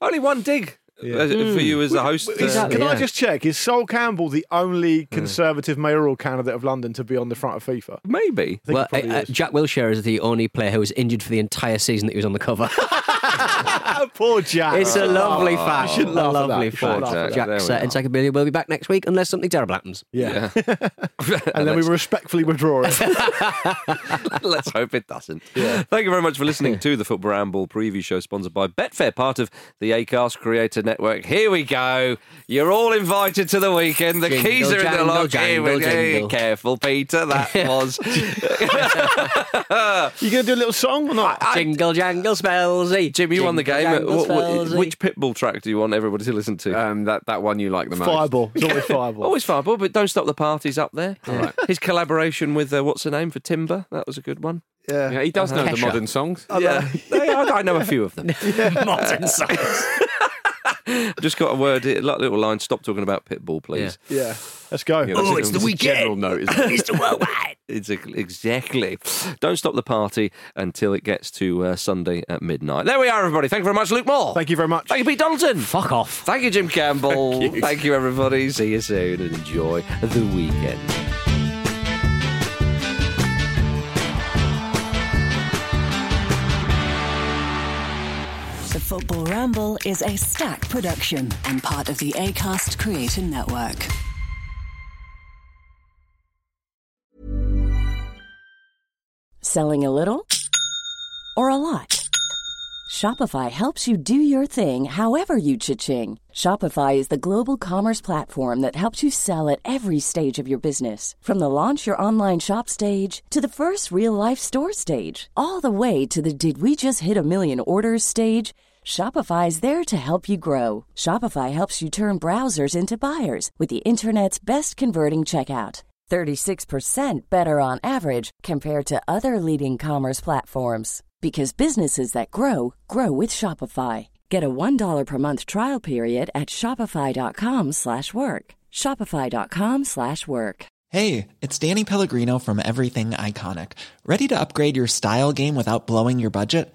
[SPEAKER 4] Only one dig uh, for you as the host. uh,
[SPEAKER 2] Is-
[SPEAKER 3] Exactly,
[SPEAKER 2] can I
[SPEAKER 3] yeah.
[SPEAKER 2] just check? Is Sol Campbell the only Conservative mayoral candidate of London to be on the front of FIFA?
[SPEAKER 4] Maybe.
[SPEAKER 2] I think
[SPEAKER 3] Well,
[SPEAKER 2] it probably
[SPEAKER 3] uh, uh,
[SPEAKER 2] is.
[SPEAKER 3] Jack Wilshere is the only player who was injured for the entire season that he was on the cover.
[SPEAKER 2] Ah, poor Jack. Ah,
[SPEAKER 3] it's a lovely fact.
[SPEAKER 2] Oh, You shouldn't laugh
[SPEAKER 3] a
[SPEAKER 2] at that.
[SPEAKER 3] lovely
[SPEAKER 2] You shouldn't
[SPEAKER 3] fact.
[SPEAKER 2] laugh at
[SPEAKER 4] that. There
[SPEAKER 3] Jack's
[SPEAKER 4] we
[SPEAKER 3] uh,
[SPEAKER 4] are.
[SPEAKER 3] encyclopedia will be back next week unless something terrible happens.
[SPEAKER 2] Yeah. and then we respectfully withdraw it.
[SPEAKER 4] Let's hope it doesn't. Thank you very much for listening to the Football Ramble preview show sponsored by Betfair, part of the Acast Creator Network. Here we go. You're all invited to the weekend. The
[SPEAKER 3] Jingle,
[SPEAKER 4] keys are in the
[SPEAKER 3] jangle,
[SPEAKER 4] lock. Here we
[SPEAKER 3] jangle,
[SPEAKER 4] go.
[SPEAKER 3] jingle.
[SPEAKER 4] Careful, Peter. That was.
[SPEAKER 2] you going to do a little song or not?
[SPEAKER 3] Jingle jangle spellsy.
[SPEAKER 4] Jim, you won the
[SPEAKER 3] Jingle,
[SPEAKER 4] game.
[SPEAKER 3] jangle,
[SPEAKER 4] What- what-
[SPEAKER 3] spellsy.
[SPEAKER 4] which Pitbull track do you want everybody to listen to?
[SPEAKER 5] Um, that that one you like the most.
[SPEAKER 2] Fireball. It's always fireball.
[SPEAKER 4] Always fireball, but don't stop the parties up there. His collaboration with uh, what's her name for Timber, that was a good one. Uh-huh.
[SPEAKER 5] Yeah, he does know the
[SPEAKER 3] Kesha.
[SPEAKER 5] modern songs.
[SPEAKER 4] yeah, They- I, I know a few of them.
[SPEAKER 3] modern songs?
[SPEAKER 4] Just got a word, a little line. Stop talking about Pitbull, please.
[SPEAKER 2] Yeah. Let's go.
[SPEAKER 5] Yeah, that's a-
[SPEAKER 3] Oh, it's the
[SPEAKER 5] that's a
[SPEAKER 3] weekend.
[SPEAKER 5] General note, isn't it?
[SPEAKER 3] Mr. Worldwide.
[SPEAKER 4] It's ex- exactly. Don't stop the party until it gets to uh, Sunday at midnight. There we are, everybody. Thank you very much, Luke Moore.
[SPEAKER 2] Thank you very much.
[SPEAKER 4] Thank you, Pete Donaldson.
[SPEAKER 3] Fuck off.
[SPEAKER 4] Thank you, Jim Campbell. Thank you. everybody. See you soon and enjoy the weekend.
[SPEAKER 10] The Football Ramble is a stack production and part of the Acast Creator Network.
[SPEAKER 11] Selling a little or a lot? Shopify helps you do your thing however you cha-ching. Shopify is the global commerce platform that helps you sell at every stage of your business. From the launch your online shop stage to the first real life store stage, all the way to the did we just hit a million orders stage. Shopify is there to help you grow. Shopify helps you turn browsers into buyers with the internet's best converting checkout. 36% better on average compared to other leading commerce platforms because businesses that grow grow with Shopify. Get a $1 per month trial period at shopify.com/work. shopify.com/work.
[SPEAKER 9] Hey, it's Danny Pellegrino from Everything Iconic. Ready to upgrade your style game without blowing your budget?